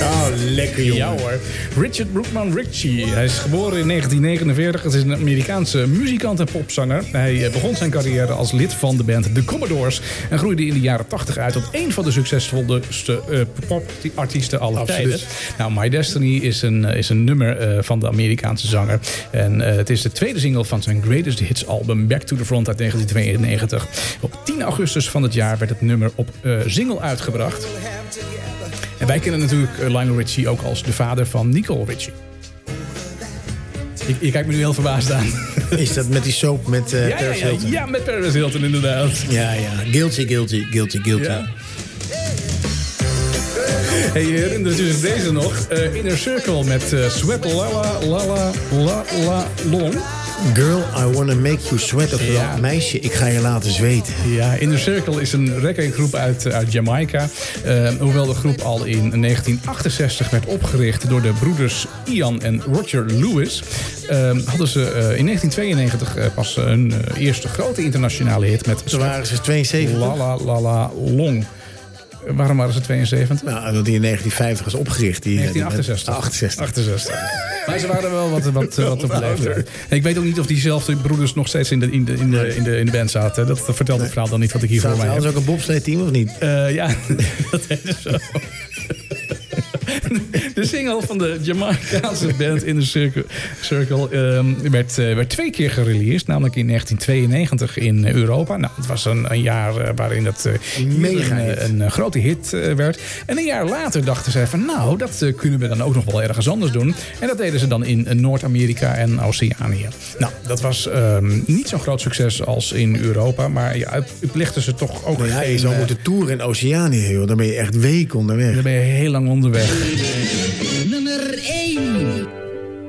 [SPEAKER 2] Oh, lekker jongen.
[SPEAKER 1] Ja hoor. Richard Brookman Ritchie. Hij is geboren in 1949. Het is een Amerikaanse muzikant en popzanger. Hij eh, begon zijn carrière als lid van de band The Commodores. En groeide in de jaren 80 uit tot één van de succesvolste eh, popartiesten aller
[SPEAKER 2] Absoluut.
[SPEAKER 1] tijden. Nou, My Destiny is een, is een nummer eh, van de Amerikaanse zanger. En eh, het is de tweede single van zijn greatest hits album Back to the Front uit 1992. Op 10 augustus van het jaar werd het nummer op eh single uitgebracht. En wij kennen natuurlijk eh, Lionel Richie ook als de vader van Nicole Richie. Je, je kijkt me nu heel verbaasd aan.
[SPEAKER 2] Is dat met die soap met eh
[SPEAKER 1] Ja, ja,
[SPEAKER 2] Paris
[SPEAKER 1] ja,
[SPEAKER 2] Hilton?
[SPEAKER 1] ja, met Paris Hilton inderdaad.
[SPEAKER 2] ja, ja. Guilty, guilty, guilty, guilty.
[SPEAKER 1] Ja. Hey, je herinnert u zich deze nog? Eh, Inner Circle met eh, Sweat Lala Lala La La Long.
[SPEAKER 2] Girl, I wanna make you sweat. Of
[SPEAKER 1] Ja.
[SPEAKER 2] wel, meisje, ik ga je laten zweten.
[SPEAKER 1] Ja, Inner Circle is een reggae-groep uit, uit Jamaica. Eh, hoewel de groep al in 1968 werd opgericht door de broeders Ian en Roger Lewis, eh, hadden ze eh, in 1992 eh, pas hun eh, eerste grote internationale hit met
[SPEAKER 2] Toen waren ze 72.
[SPEAKER 1] La La La La Long. Eh, Waarom waren ze 72?
[SPEAKER 2] Nou, dat die in 1950 is opgericht. Die,
[SPEAKER 1] 1968.
[SPEAKER 2] 68.
[SPEAKER 1] 68. Maar ze waren wel wat, wat, wat op leeftijd. Ik weet ook niet of diezelfde broeders nog steeds in de, in de, in de, in de, in de band zaten. Dat vertelt het verhaal dan niet wat ik hier voor
[SPEAKER 2] Zaten
[SPEAKER 1] mij heb.
[SPEAKER 2] trouwens ook een bobsleeteam of niet?
[SPEAKER 1] Eh, ja, dat is zo. De single van de Jamaicaanse band In The Circle, circle ehm, werd, eh, werd twee keer gereleased. Namelijk in 1992 in Europa. Nou, het was een, een jaar eh, waarin dat eh, hier
[SPEAKER 2] Mega
[SPEAKER 1] een,
[SPEAKER 2] hit.
[SPEAKER 1] eh, een eh, grote hit eh, werd. En een jaar later dachten zij van... nou, dat eh, kunnen we dan ook nog wel ergens anders doen. En dat deden ze dan in eh, Noord-Amerika en Oceanië. Nou, dat was ehm, niet zo'n groot succes als in Europa. Maar ja, het, het legde ze toch ook
[SPEAKER 2] Nou ja, je
[SPEAKER 1] geen,
[SPEAKER 2] zou
[SPEAKER 1] eh,
[SPEAKER 2] moeten toeren in Oceanië, joh. Dan ben je echt weken onderweg.
[SPEAKER 1] dan ben je heel lang onderweg.
[SPEAKER 4] Nummer 1.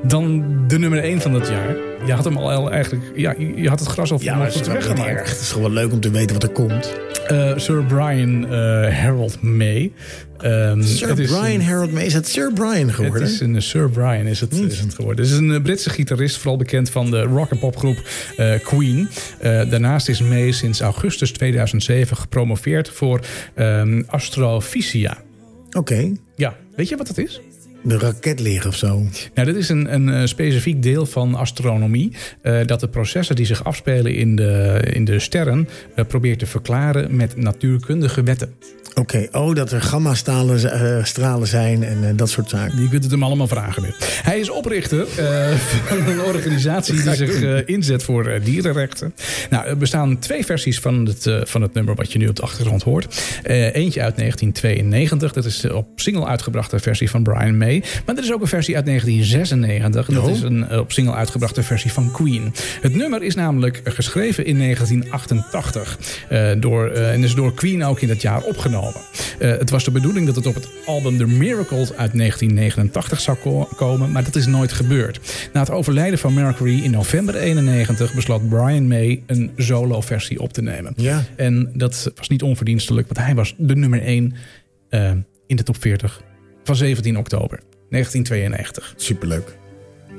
[SPEAKER 1] Dan de nummer 1 van dat jaar. Je had hem al eigenlijk. Ja, je je had het gras al
[SPEAKER 2] Ja,
[SPEAKER 1] van
[SPEAKER 2] maar
[SPEAKER 1] de
[SPEAKER 2] het is
[SPEAKER 1] goed
[SPEAKER 2] wel niet
[SPEAKER 1] weggemaakt.
[SPEAKER 2] erg. Het is gewoon leuk om te weten wat er komt.
[SPEAKER 1] Eh, Sir Brian eh, Harold May. Ehm,
[SPEAKER 2] Sir
[SPEAKER 1] het is
[SPEAKER 2] Brian
[SPEAKER 1] een-
[SPEAKER 2] Harold May. Is dat Sir Brian geworden?
[SPEAKER 1] Het is een eh, Sir Brian is het, is het geworden. Het is een eh, Britse gitarist, vooral bekend van de rock- en popgroep eh, Queen. Eh, daarnaast is May sinds augustus 2007 gepromoveerd voor ehm astrofysia. eh,
[SPEAKER 2] Oké.
[SPEAKER 1] Ja, weet je wat dat is?
[SPEAKER 2] De raket liggen of zo.
[SPEAKER 1] Nou, dit is een, een eh, specifiek deel van astronomie. eh, dat de processen die zich afspelen in de, in de sterren. eh, probeert te verklaren met natuurkundige wetten.
[SPEAKER 2] Oké. Oh, dat er gamma-stralen z- eh, stralen zijn en eh, dat soort zaken.
[SPEAKER 1] Je kunt het hem allemaal vragen nu. Hij is oprichter eh, van een organisatie die zich eh, inzet voor eh, dierenrechten. Nou, er bestaan twee versies van het, eh, van het nummer wat je nu op de achtergrond hoort. Eh, eentje uit 1992, dat is de op single uitgebrachte versie van Brian May. mee. Maar er is ook een versie uit 1996. Dat
[SPEAKER 2] Oh.
[SPEAKER 1] is een eh, op single uitgebrachte versie van Queen. Het nummer is namelijk geschreven in 1988. eh, door, eh, en is door Queen ook in dat jaar opgenomen. Eh, het was de bedoeling dat het op het album The Miracles uit 1989 zou ko- komen. Maar dat is nooit gebeurd. Na het overlijden van Mercury in november 91 besloot Brian May een solo versie op te nemen.
[SPEAKER 2] Ja.
[SPEAKER 1] En dat was niet onverdienstelijk, want hij was de nummer 1 eh, in de top 40 van 17 oktober 1992.
[SPEAKER 2] Superleuk.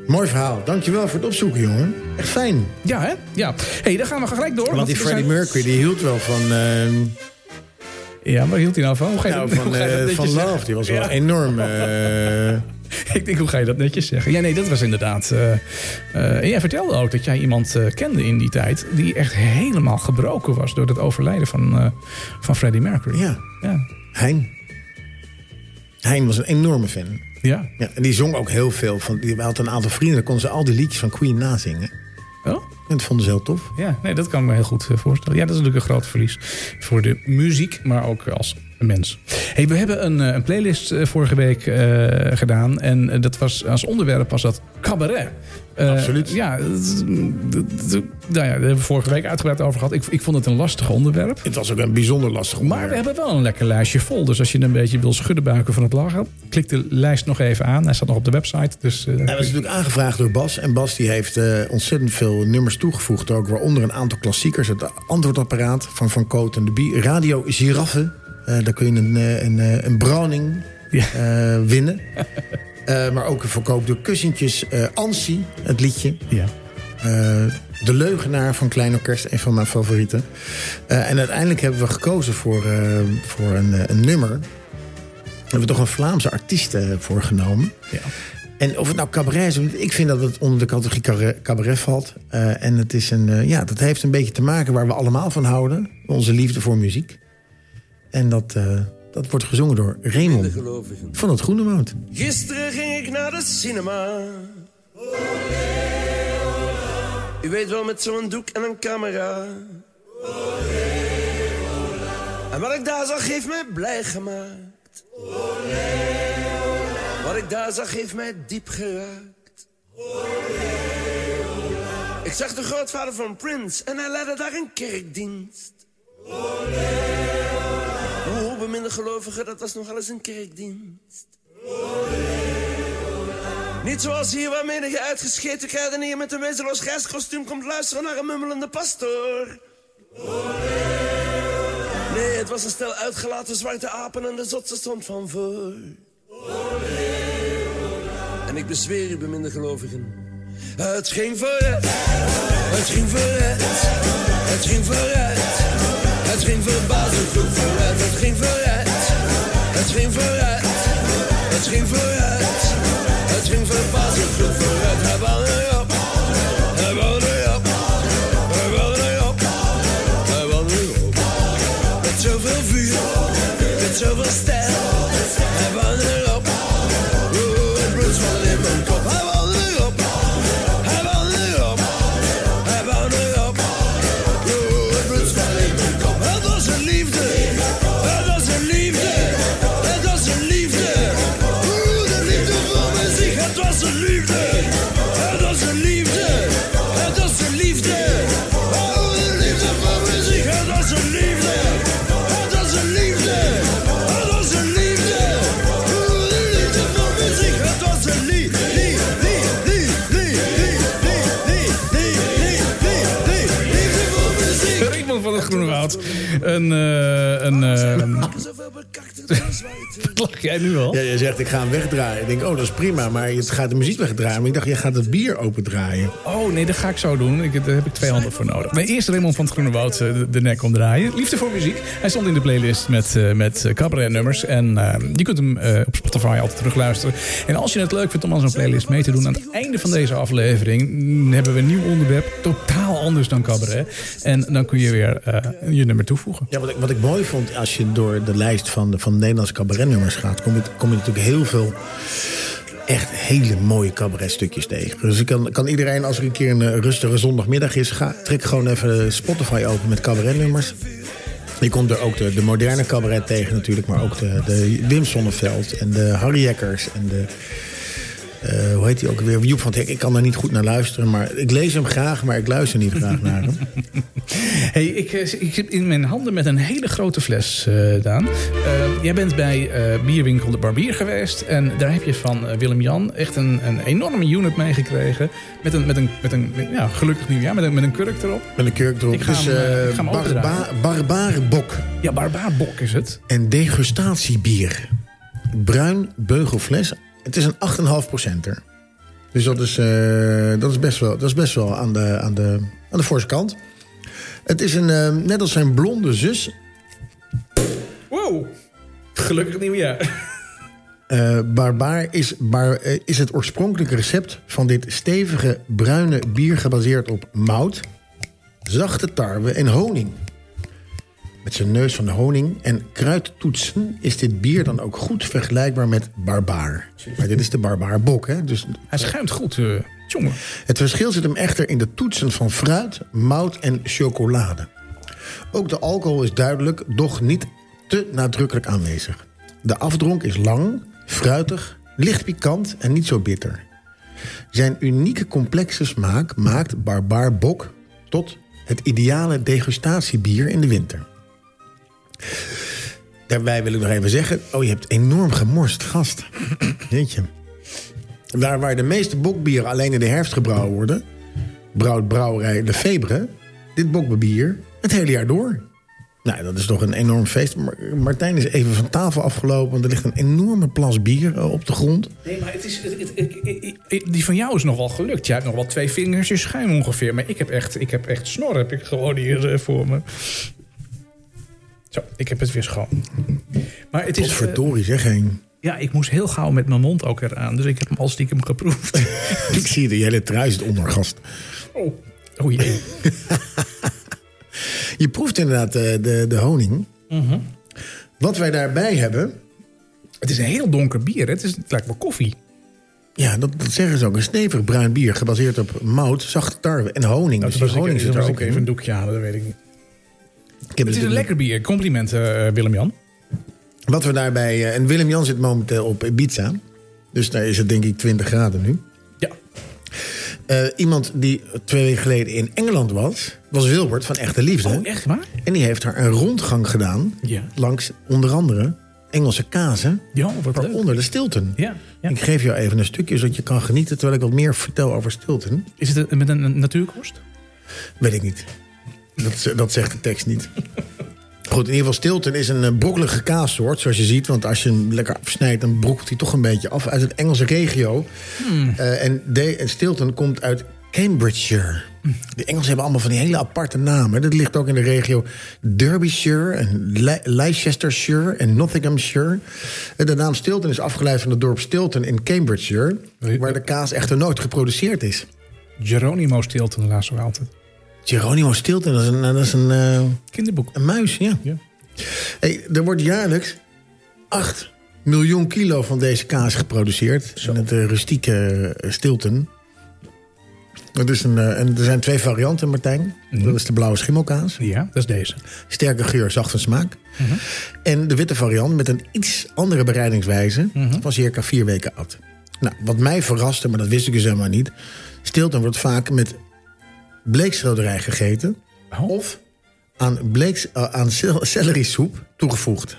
[SPEAKER 2] Mooi verhaal. Dankjewel voor het opzoeken, jongen. Echt fijn.
[SPEAKER 1] Ja, hè? Ja. hey, daar gaan we gelijk door.
[SPEAKER 2] Want die
[SPEAKER 1] er
[SPEAKER 2] Freddie
[SPEAKER 1] zijn-
[SPEAKER 2] Mercury die hield wel van, ehm,
[SPEAKER 1] Ja, waar hield hij nou van? Hoe ga je
[SPEAKER 2] nou,
[SPEAKER 1] dat,
[SPEAKER 2] van,
[SPEAKER 1] hoe ga je dat
[SPEAKER 2] eh,
[SPEAKER 1] netjes
[SPEAKER 2] van
[SPEAKER 1] zeggen?
[SPEAKER 2] Love. Die was wel
[SPEAKER 1] Ja.
[SPEAKER 2] enorm. eh,
[SPEAKER 1] Ik denk, hoe ga je dat netjes zeggen? Ja, nee, dat was inderdaad... eh, eh, en jij vertelde ook dat jij iemand eh, kende in die tijd... die echt helemaal gebroken was door het overlijden van, eh, van Freddie Mercury.
[SPEAKER 2] ja,
[SPEAKER 1] Ja.
[SPEAKER 2] Hein. Hein was een enorme fan.
[SPEAKER 1] Ja.
[SPEAKER 2] Ja, en die zong ook heel veel. Van, die had een aantal vrienden, daar konden ze al die liedjes van Queen nazingen.
[SPEAKER 1] Oh?
[SPEAKER 2] En dat vonden ze heel tof.
[SPEAKER 1] Ja, nee, dat kan ik me heel goed eh, voorstellen. Ja, dat is natuurlijk een groot verlies voor de muziek, maar ook als mens. Hey, we hebben een, eh, een playlist eh, vorige week eh, gedaan. En eh, dat was als onderwerp was dat cabaret. Eh,
[SPEAKER 2] Absoluut.
[SPEAKER 1] Ja, dat- dat- dat- nou ja, daar hebben we vorige week uitgebreid over gehad. Ik, ik vond het een lastig onderwerp.
[SPEAKER 2] Het was ook een bijzonder lastig
[SPEAKER 1] Maar we
[SPEAKER 2] onderwerp.
[SPEAKER 1] hebben wel een lekker lijstje vol. Dus als je een beetje wil schuddenbuiken van het lachen... klik de lijst nog even aan. Hij staat nog op de website. Dus, eh,
[SPEAKER 2] Hij was natuurlijk aangevraagd door Bas. En Bas die heeft eh, ontzettend veel nummers toegevoegd. Ook waaronder een aantal klassiekers. Het antwoordapparaat van Van Koot en de Bie. Radio Giraffe. Eh, daar kun je een, eh, een, eh, een Browning
[SPEAKER 1] Ja.
[SPEAKER 2] eh, winnen. Eh, maar ook een verkoop door kussentjes. eh Ansi, het liedje.
[SPEAKER 1] ja.
[SPEAKER 2] Eh, de Leugenaar van Klein Orkest, een van mijn favorieten. Eh, en uiteindelijk hebben we gekozen voor, eh, voor een, eh, een nummer. Daar hebben we toch een Vlaamse artiest eh, voor genomen.
[SPEAKER 1] Ja.
[SPEAKER 2] En of het nou cabaret is, of niet, ik vind dat het onder de categorie care- cabaret valt. Eh, en het is een, eh, ja, dat heeft een beetje te maken waar we allemaal van houden. Onze liefde voor muziek. En dat, eh, dat wordt gezongen door Raymond van het Groenewoud.
[SPEAKER 5] Gisteren ging ik naar de cinema. U weet wel, met zo'n doek en een camera. En wat ik daar zag, heeft mij blij gemaakt. Wat ik daar zag, heeft mij diep geraakt. Ik zag de grootvader van Prince en hij leidde daar een kerkdienst. Hoe beminder gelovigen, dat was nogal eens een kerkdienst. Niet zoals hier waar menige uitgescheten kruidenier met een wezenloos reiskostuum komt luisteren naar een mummelende pastoor. Nee, het was een stel uitgelaten zwarte apen en de zotse stond van voor. En ik bezweer u, beminde gelovigen. Het ging vooruit, het ging vooruit, het ging vooruit. Het ging verbazend goed vooruit, het ging vooruit, het ging vooruit, het ging vooruit. Het ging verbazend goed vooruit. Hij bouwde op. Hij bouwde op. Hij bouwde op. Hij bouwde op. Met zoveel vuur. Met zoveel stijl. Hij bouwde op. Oeh, het bloed van in mijn kop. Hij bouwde op. Hij bouwde op. Hij bouwde op. Oeh, het bloed van in mijn kop. Het was een liefde. Het was een liefde. Het was een liefde. Oeh, de liefde voor muziek. Het was een liefde. Het was een liefde. Het was een liefde. Oh, de liefde voor muziek. Het was een liefde. Het was een liefde. Het was een liefde. Oeh, de liefde voor muziek. Het was een lief, lief, lief, lief, lief, lief, lief, lief, lief, lief, lief, lief, liefde voor muziek.
[SPEAKER 1] Raymond van het Groenewoud. Een... eh, een eh,
[SPEAKER 5] Zoveel bekakte dwarswijten.
[SPEAKER 1] lach jij nu al?
[SPEAKER 2] Ja, jij zegt ik ga hem wegdraaien. Ik denk, oh dat is prima, maar je gaat de muziek wegdraaien. Maar ik dacht, je gaat het bier opendraaien.
[SPEAKER 1] Oh nee, dat ga ik zo doen. Ik, daar heb ik twee handen voor nodig. Nee, eerst Raymond van het Groene Woud eh, de, de nek omdraaien. Liefde voor muziek. Hij stond in de playlist met, eh, met eh, cabaret-nummers. En eh, je kunt hem eh, op Spotify altijd terugluisteren. En als je het leuk vindt om aan zo'n playlist mee te doen... aan het einde van deze aflevering mm, hebben we een nieuw onderwerp. Totaal anders dan cabaret. En dan kun je weer eh, je nummer toevoegen.
[SPEAKER 2] Ja, wat ik, wat ik mooi vond, als je door de lijst van de, van de Nederlandse cabaretnummers gaat... Kom je, kom je natuurlijk heel veel echt hele mooie cabaretstukjes tegen. Dus ik kan, kan iedereen, als er een keer een eh, rustige zondagmiddag is... Ga, trek gewoon even Spotify open met cabaretnummers. Je komt er ook de, de moderne cabaret tegen natuurlijk, maar ook de, de Wim Sonneveld en de Harry Jekkers en de... eh, hoe heet hij ook weer? Joep van het Hek. Ik kan daar niet goed naar luisteren, maar ik lees hem graag, maar ik luister niet graag naar hem.
[SPEAKER 1] Hey, ik, eh, ik zit in mijn handen met een hele grote fles, eh, Daan. Eh, jij bent bij eh, Bierwinkel de Barbier geweest. En daar heb je van eh, Willem-Jan echt een, een enorme unit meegekregen. Met een, met een, met een met- ja, gelukkig nieuwjaar, met een, met een kurk erop.
[SPEAKER 2] Met een kurkdrop.
[SPEAKER 1] Ik ga
[SPEAKER 2] Dus
[SPEAKER 1] hem, eh,
[SPEAKER 2] eh,
[SPEAKER 1] ik ga hem
[SPEAKER 2] barba-
[SPEAKER 1] overdraaien.
[SPEAKER 2] barbaarbok
[SPEAKER 1] Ja, barbaarbok is het.
[SPEAKER 2] en degustatiebier. Bruin beugelfles. Het is een 8,5 procenter. Dus dat is, eh, dat is best wel, dat is best wel aan, de, aan, de, aan de forse kant. Het is een, eh, net als zijn blonde zus,
[SPEAKER 1] Wow, gelukkig nieuwjaar.
[SPEAKER 2] Eh, barbaar is, bar, eh, is het oorspronkelijke recept van dit stevige bruine bier gebaseerd op mout, zachte tarwe en honing. Met zijn neus van de honing en kruidtoetsen is dit bier dan ook goed vergelijkbaar met barbaar. Maar dit is de barbaarbok, hè? Dus
[SPEAKER 1] Hij schuimt goed, eh, jongen.
[SPEAKER 2] het verschil zit hem echter in de toetsen van fruit, mout en chocolade. Ook de alcohol is duidelijk, doch niet te nadrukkelijk aanwezig. De afdronk is lang, fruitig, licht pikant en niet zo bitter. Zijn unieke complexe smaak maakt Barbaar Bok tot het ideale degustatiebier in de winter. Daarbij wil ik nog even zeggen, oh je hebt enorm gemorst, gast. Weet je. Daar waar de meeste bokbieren alleen in de herfst gebrouwen worden, brouwt brouwerij De Febre dit bokbier het hele jaar door. Nou, dat is toch een enorm feest. Mar- Martijn is even van tafel afgelopen, want er ligt een enorme plas bier eh, op de grond.
[SPEAKER 1] Nee, maar het is, het- het- ik- ik- ik- die van jou is nog wel gelukt. Jij hebt nog wel twee vingers in schuim ongeveer. Maar ik heb echt, ik heb echt snor, heb ik gewoon hier eh, voor me. Zo, ik heb het weer schoon. Maar het is... eh,
[SPEAKER 2] Potverdorie zeg heen.
[SPEAKER 1] ja, ik moest heel gauw met mijn mond ook eraan. Dus ik heb hem al stiekem geproefd.
[SPEAKER 2] Ik zie de hele trui zit onder, gast.
[SPEAKER 1] oh, oh jee.
[SPEAKER 2] Je proeft inderdaad eh, de, de honing.
[SPEAKER 1] Mhm.
[SPEAKER 2] Wat wij daarbij hebben,
[SPEAKER 1] Het is een heel donker bier. hè. Het, is, het lijkt wel koffie.
[SPEAKER 2] ja, dat, dat zeggen ze ook, een stevig bruin bier gebaseerd op mout, zachte tarwe en honing. dus die honing zit er ook
[SPEAKER 1] even een
[SPEAKER 2] in.
[SPEAKER 1] doekje halen, dat weet ik niet. Het is
[SPEAKER 2] Ik heb
[SPEAKER 1] een
[SPEAKER 2] natuurlijk-
[SPEAKER 1] lekker bier. Complimenten, eh, Willem-Jan.
[SPEAKER 2] Wat we daarbij. eh, En Willem Jan zit momenteel op Ibiza. Dus daar is het denk ik 20 graden nu.
[SPEAKER 1] Ja.
[SPEAKER 2] Eh, iemand die twee weken geleden in Engeland was, was Wilbert van Echte Liefde.
[SPEAKER 1] Oh, echt waar?
[SPEAKER 2] En die heeft daar een rondgang gedaan.
[SPEAKER 1] Ja.
[SPEAKER 2] Langs onder andere Engelse kazen.
[SPEAKER 1] Ja, wat leuk.
[SPEAKER 2] Waaronder de Stilton.
[SPEAKER 1] Ja, ja.
[SPEAKER 2] Ik geef jou even een stukje zodat je kan genieten terwijl ik wat meer vertel over Stilton.
[SPEAKER 1] Is het een- met een, een natuurkost?
[SPEAKER 2] Weet ik niet. Dat, dat zegt de tekst niet. Goed, in ieder geval Stilton is een eh, brokkelige kaassoort, zoals je ziet. Want als je hem lekker afsnijdt, dan brokkelt hij toch een beetje af uit het Engelse regio. Eh, en de, en Stilton komt uit Cambridgeshire. De Engelsen hebben allemaal van die hele aparte namen. Dat ligt ook in de regio Derbyshire en Le- Leicestershire en Nottinghamshire. En de naam Stilton is afgeleid van het dorp Stilton in Cambridgeshire...
[SPEAKER 1] Nee.
[SPEAKER 2] waar de kaas echter nooit geproduceerd is.
[SPEAKER 1] Geronimo Stilton laatst ook altijd.
[SPEAKER 2] Geronimo Stilton, dat is een, dat is een, eh,
[SPEAKER 1] Kinderboek.
[SPEAKER 2] een muis, ja.
[SPEAKER 1] Ja.
[SPEAKER 2] Hey, er wordt jaarlijks 8 miljoen kilo van deze kaas geproduceerd. In het eh, rustieke eh, Stilton. Dat is een, eh, en er zijn twee varianten, Martijn. Dat is de blauwe schimmelkaas.
[SPEAKER 1] Ja, dat is deze.
[SPEAKER 2] Sterke geur, zacht van smaak. En de witte variant met een iets andere bereidingswijze... van circa vier weken at. Nou, wat mij verraste, maar dat wist ik dus helemaal niet... Stilton wordt vaak met bleekselderij gegeten...
[SPEAKER 1] Oh.
[SPEAKER 2] of aan, bleeks, eh, aan cel- celerysoep toegevoegd.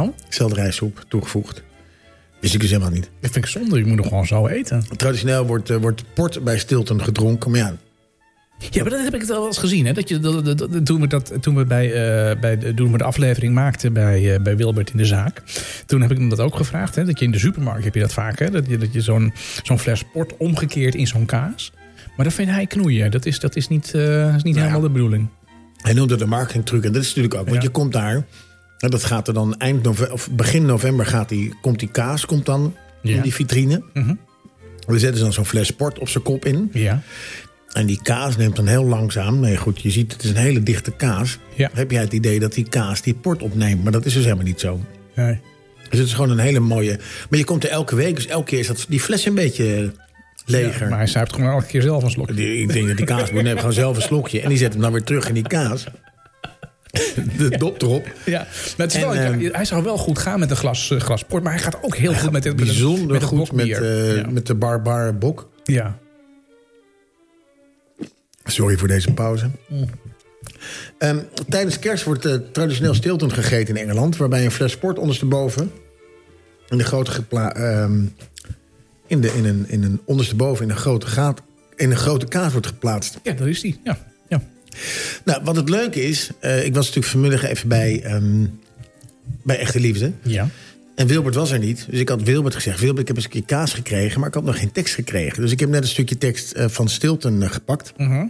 [SPEAKER 1] Oh,
[SPEAKER 2] Selderijsoep toegevoegd. Wist ik dus helemaal niet.
[SPEAKER 1] dat vind ik zonde. Je moet nog gewoon zo eten.
[SPEAKER 2] Traditioneel wordt, eh, wordt port bij Stilton gedronken. Maar ja,
[SPEAKER 1] Ja, maar dat heb ik het al wel eens gezien. Hè? Dat je, dat, dat- dat- toen we, dat, toen we, bij, eh, bij, de- toen we de aflevering maakten bij, eh, bij Wilbert in de zaak. Toen heb ik hem dat ook gevraagd. Hè? Dat je in de supermarkt heb je dat vaak. Hè? Dat je, dat je zo'n zo'n fles port omgekeerd in zo'n kaas. Maar dat vindt hij knoeien. Dat is, dat is niet, eh, dat is niet helemaal de bedoeling.
[SPEAKER 2] hij noemde het een marketingtruc. En dat is natuurlijk ook. Want
[SPEAKER 1] Ja.
[SPEAKER 2] je komt daar. En dat gaat er dan eind november, of begin november gaat die, komt die kaas komt dan
[SPEAKER 1] Ja.
[SPEAKER 2] in die vitrine.
[SPEAKER 1] Mhm.
[SPEAKER 2] We zetten ze dan zo'n fles port op zijn kop in.
[SPEAKER 1] Ja.
[SPEAKER 2] En die kaas neemt dan heel langzaam. Nee, goed, je ziet, het is een hele dichte kaas.
[SPEAKER 1] Ja.
[SPEAKER 2] Heb jij het idee dat die kaas die port opneemt? Maar dat is dus helemaal niet zo.
[SPEAKER 1] Nee.
[SPEAKER 2] Dus het is gewoon een hele mooie. Maar je komt er elke week, dus elke keer is dat, die fles een beetje leger.
[SPEAKER 1] Maar hij zuipt gewoon elke keer zelf een slok.
[SPEAKER 2] Die- ik denk dat die kaasboer neemt gewoon zelf een slokje en die zet hem dan weer terug in die kaas. de dop erop.
[SPEAKER 1] Ja, maar het is
[SPEAKER 2] En,
[SPEAKER 1] wel, ja,
[SPEAKER 2] ehm,
[SPEAKER 1] hij zou wel goed gaan met een glas, eh, glas port. Maar hij gaat ook heel goed met, het, met, het-
[SPEAKER 2] Bijzonder
[SPEAKER 1] met het
[SPEAKER 2] goed met,
[SPEAKER 1] blokbier.
[SPEAKER 2] eh,
[SPEAKER 1] ja.
[SPEAKER 2] met de barbar bok.
[SPEAKER 1] ja.
[SPEAKER 2] Sorry voor deze pauze.
[SPEAKER 1] Mm.
[SPEAKER 2] Ehm, tijdens kerst wordt eh, traditioneel stiltend gegeten in Engeland... waarbij een fles sport ondersteboven... in, de grote gepla- ehm, in, de, in, een, in een ondersteboven in een grote gaat... in een grote kaas wordt geplaatst.
[SPEAKER 1] ja, daar is hij. Ja. Ja.
[SPEAKER 2] Nou, wat het leuke is... eh, ik was natuurlijk vanmiddag even bij, ehm, bij Echte Liefde...
[SPEAKER 1] ja.
[SPEAKER 2] En Wilbert was er niet. Dus ik had Wilbert gezegd: Wilbert, ik heb eens een keer kaas gekregen, maar ik had nog geen tekst gekregen. Dus ik heb net een stukje tekst eh, van Stilton eh, gepakt.
[SPEAKER 1] Mhm.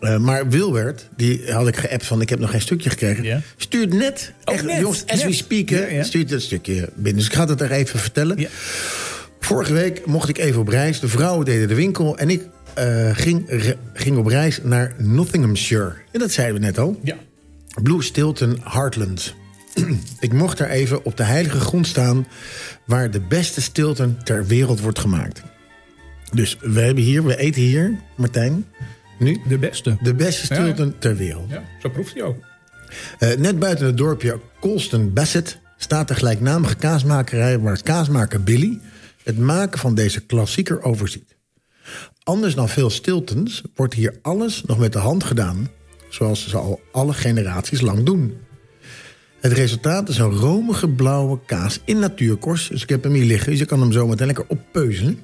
[SPEAKER 2] Eh, maar Wilbert, die had ik geappt van: Ik heb nog geen stukje gekregen.
[SPEAKER 1] Ja.
[SPEAKER 2] Stuurt net,
[SPEAKER 1] Oh,
[SPEAKER 2] echt,
[SPEAKER 1] net,
[SPEAKER 2] jongens, as we
[SPEAKER 1] net.
[SPEAKER 2] speak, hè,
[SPEAKER 1] Ja, ja.
[SPEAKER 2] stuurt dat stukje binnen. Dus ik ga dat er even vertellen.
[SPEAKER 1] Ja.
[SPEAKER 2] Vorige week mocht ik even op reis. De vrouwen deden de winkel en ik eh, ging, re- ging op reis naar Nottinghamshire. En dat zeiden we net al.
[SPEAKER 1] ja.
[SPEAKER 2] Blue Stilton Heartland. ik mocht daar even op de heilige grond staan... waar de beste Stilton ter wereld wordt gemaakt. Dus we hebben hier, we eten hier, Martijn... nu
[SPEAKER 1] De beste.
[SPEAKER 2] de beste
[SPEAKER 1] Ja, ja.
[SPEAKER 2] Stilton ter wereld.
[SPEAKER 1] Ja, zo proeft hij ook.
[SPEAKER 2] Eh, net buiten het dorpje Colston Bassett staat de gelijknamige kaasmakerij waar kaasmaker Billy het maken van deze klassieker overziet. Anders dan veel stiltens wordt hier alles nog met de hand gedaan, zoals ze al alle generaties lang doen. Het resultaat is een romige blauwe kaas in natuurkorst. Dus ik heb hem hier liggen, dus ik kan hem zo meteen lekker oppeuzen.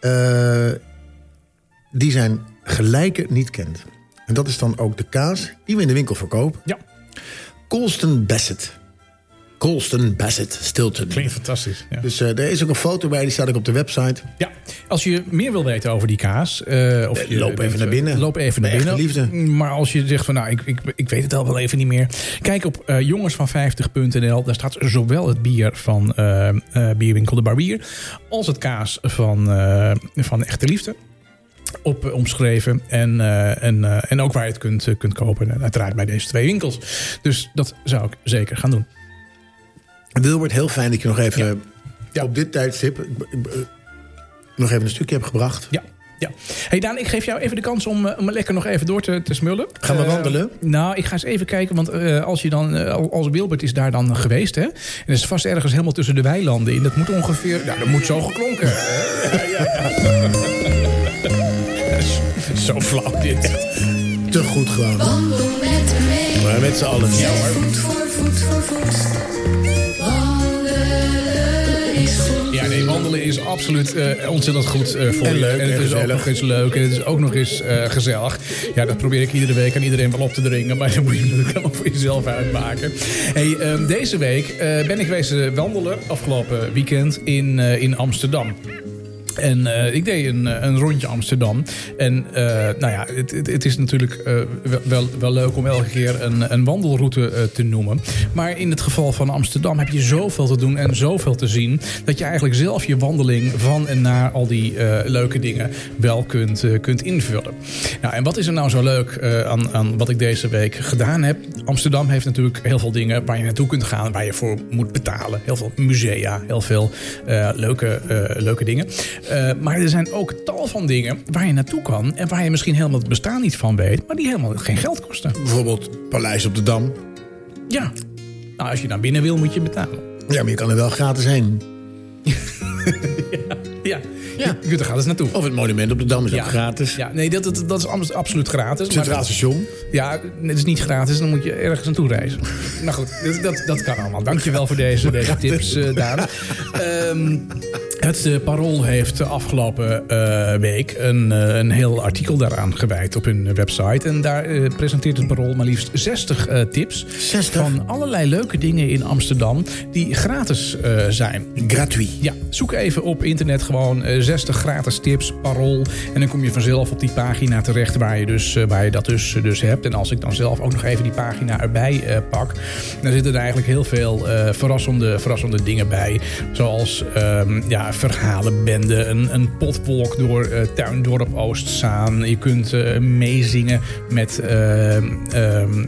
[SPEAKER 2] Eh, die zijn gelijke niet kent. En dat is dan ook de kaas die we in de winkel verkopen.
[SPEAKER 1] Ja,
[SPEAKER 2] Colston Bassett. Colston Bassett Stilton.
[SPEAKER 1] klinkt fantastisch. Ja.
[SPEAKER 2] Dus eh, er is ook een foto bij, die staat ook op de website.
[SPEAKER 1] Ja, als je meer wil weten over die kaas... eh, of
[SPEAKER 2] Eh,
[SPEAKER 1] je,
[SPEAKER 2] loop even naar binnen.
[SPEAKER 1] Loop even naar
[SPEAKER 2] Bij
[SPEAKER 1] binnen.
[SPEAKER 2] Echte Liefde.
[SPEAKER 1] Maar als je zegt van nou, ik, ik, ik weet het al wel even niet meer. Kijk op eh, jongensvan50.nl. Daar staat zowel het bier van eh, eh, Bierwinkel de Barbier... als het kaas van, eh, van Echte Liefde. Op eh, omschreven. En, eh, en, eh, en ook waar je het kunt, eh, kunt kopen. En uiteraard bij deze twee winkels. Dus dat zou ik zeker gaan doen.
[SPEAKER 2] Wilbert, heel fijn dat je nog even eh,
[SPEAKER 1] Ja.
[SPEAKER 2] op dit tijdstip... eh, eh, nog even een stukje hebt gebracht.
[SPEAKER 1] Ja. Ja. Hey Daan, ik geef jou even de kans om, eh, om lekker nog even door te, te smullen.
[SPEAKER 2] Gaan we
[SPEAKER 1] Eh,
[SPEAKER 2] wandelen?
[SPEAKER 1] Nou, ik ga eens even kijken, want eh, als je dan, eh, als Wilbert is daar dan geweest, hè? En dat is vast ergens helemaal tussen de weilanden in. Dat moet ongeveer, nou, dat moet zo geklonken. zo flauw dit.
[SPEAKER 2] Te goed gewoon.
[SPEAKER 6] Wandel met me
[SPEAKER 2] Maar met z'n allen.
[SPEAKER 6] Voet voor voet voor voet. Wandelen is goed.
[SPEAKER 1] Ja, nee, wandelen is absoluut eh, ontzettend goed eh, voor
[SPEAKER 2] En
[SPEAKER 1] je.
[SPEAKER 2] leuk
[SPEAKER 1] en het
[SPEAKER 2] en
[SPEAKER 1] is ook
[SPEAKER 2] gezellig.
[SPEAKER 1] nog eens leuk en het is ook nog eens eh, gezellig. Ja, dat probeer ik iedere week aan iedereen wel op te dringen. Maar dat moet je natuurlijk allemaal voor jezelf uitmaken. Hey, ehm, deze week eh, ben ik geweest eh, wandelen, afgelopen weekend, in, eh, in Amsterdam. En eh, ik deed een, eh, een rondje Amsterdam. En eh, nou ja, het, het, het is natuurlijk eh, wel- wel, wel leuk om elke keer een, een wandelroute eh, te noemen. Maar in het geval van Amsterdam heb je zoveel te doen en zoveel te zien. dat je eigenlijk zelf je wandeling van en naar al die eh, leuke dingen wel kunt, eh, kunt invullen. Nou, en wat is er nou zo leuk eh, aan, aan wat ik deze week gedaan heb? Amsterdam heeft natuurlijk heel veel dingen waar je naartoe kunt gaan, waar je voor moet betalen. Heel veel musea, heel veel eh, leuke, eh, leuke dingen. Eh, maar er zijn ook tal van dingen waar je naartoe kan en waar je misschien helemaal het bestaan niet van weet, maar die helemaal geen geld kosten.
[SPEAKER 2] Bijvoorbeeld Paleis op de Dam.
[SPEAKER 1] Ja, nou, als je naar binnen wil, moet je betalen.
[SPEAKER 2] Ja, maar je kan er wel gratis heen.
[SPEAKER 1] Ja, Oh. ja. je kunt er gratis naartoe.
[SPEAKER 2] Of het monument op de Dam is
[SPEAKER 1] Ja.
[SPEAKER 2] ook gratis.
[SPEAKER 1] Ja, nee, dat, dat, dat is abs- absoluut gratis. maar-
[SPEAKER 2] Centraal station.
[SPEAKER 1] Ja, het is niet gratis, dan moet je ergens naartoe reizen. nou goed, dat, dat, dat kan allemaal. Dankjewel voor deze, deze tips, eh Daan. Ehm, het eh, Parool heeft de afgelopen eh, week een, eh, een heel artikel daaraan gewijd op hun website. En daar eh, presenteert het Parool maar liefst 60 eh, tips
[SPEAKER 2] 60?
[SPEAKER 1] van allerlei leuke dingen in Amsterdam die gratis eh, zijn.
[SPEAKER 2] Gratuit.
[SPEAKER 1] Ja, zoek even op internet gewoon eh, 60 gratis tips, parool. En dan kom je vanzelf op die pagina terecht waar je, dus, eh, waar je dat dus, eh, dus hebt. En als ik dan zelf ook nog even die pagina erbij eh, pak... dan zitten er eigenlijk heel veel eh, verrassende, verrassende dingen bij. Zoals ehm, ja, verhalenbende, een, een potwalk door eh, Tuindorp Oostzaan. Je kunt eh, meezingen met... ehm, ehm,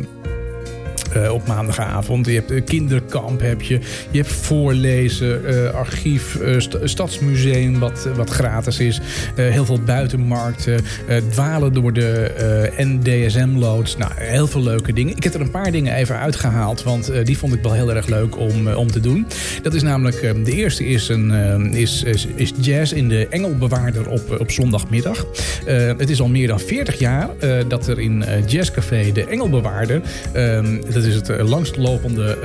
[SPEAKER 1] eh, op maandagavond. Je hebt eh, kinderkamp, heb je. je hebt voorlezen, eh, archief, eh, sta- stadsmuseum wat, eh, wat gratis is. Eh, heel veel buitenmarkten, eh, dwalen door de eh, NDSM-loods. Nou, heel veel leuke dingen. Ik heb er een paar dingen even uitgehaald, want eh, die vond ik wel heel erg leuk om, eh, om te doen. Dat is namelijk, eh, de eerste is, een, eh, is, is, is jazz in de Engelbewaarder op, eh, op zondagmiddag. Eh, het is al meer dan 40 jaar eh, dat er in eh, Jazzcafé de Engelbewaarder, eh, dat is het eh, langstlopende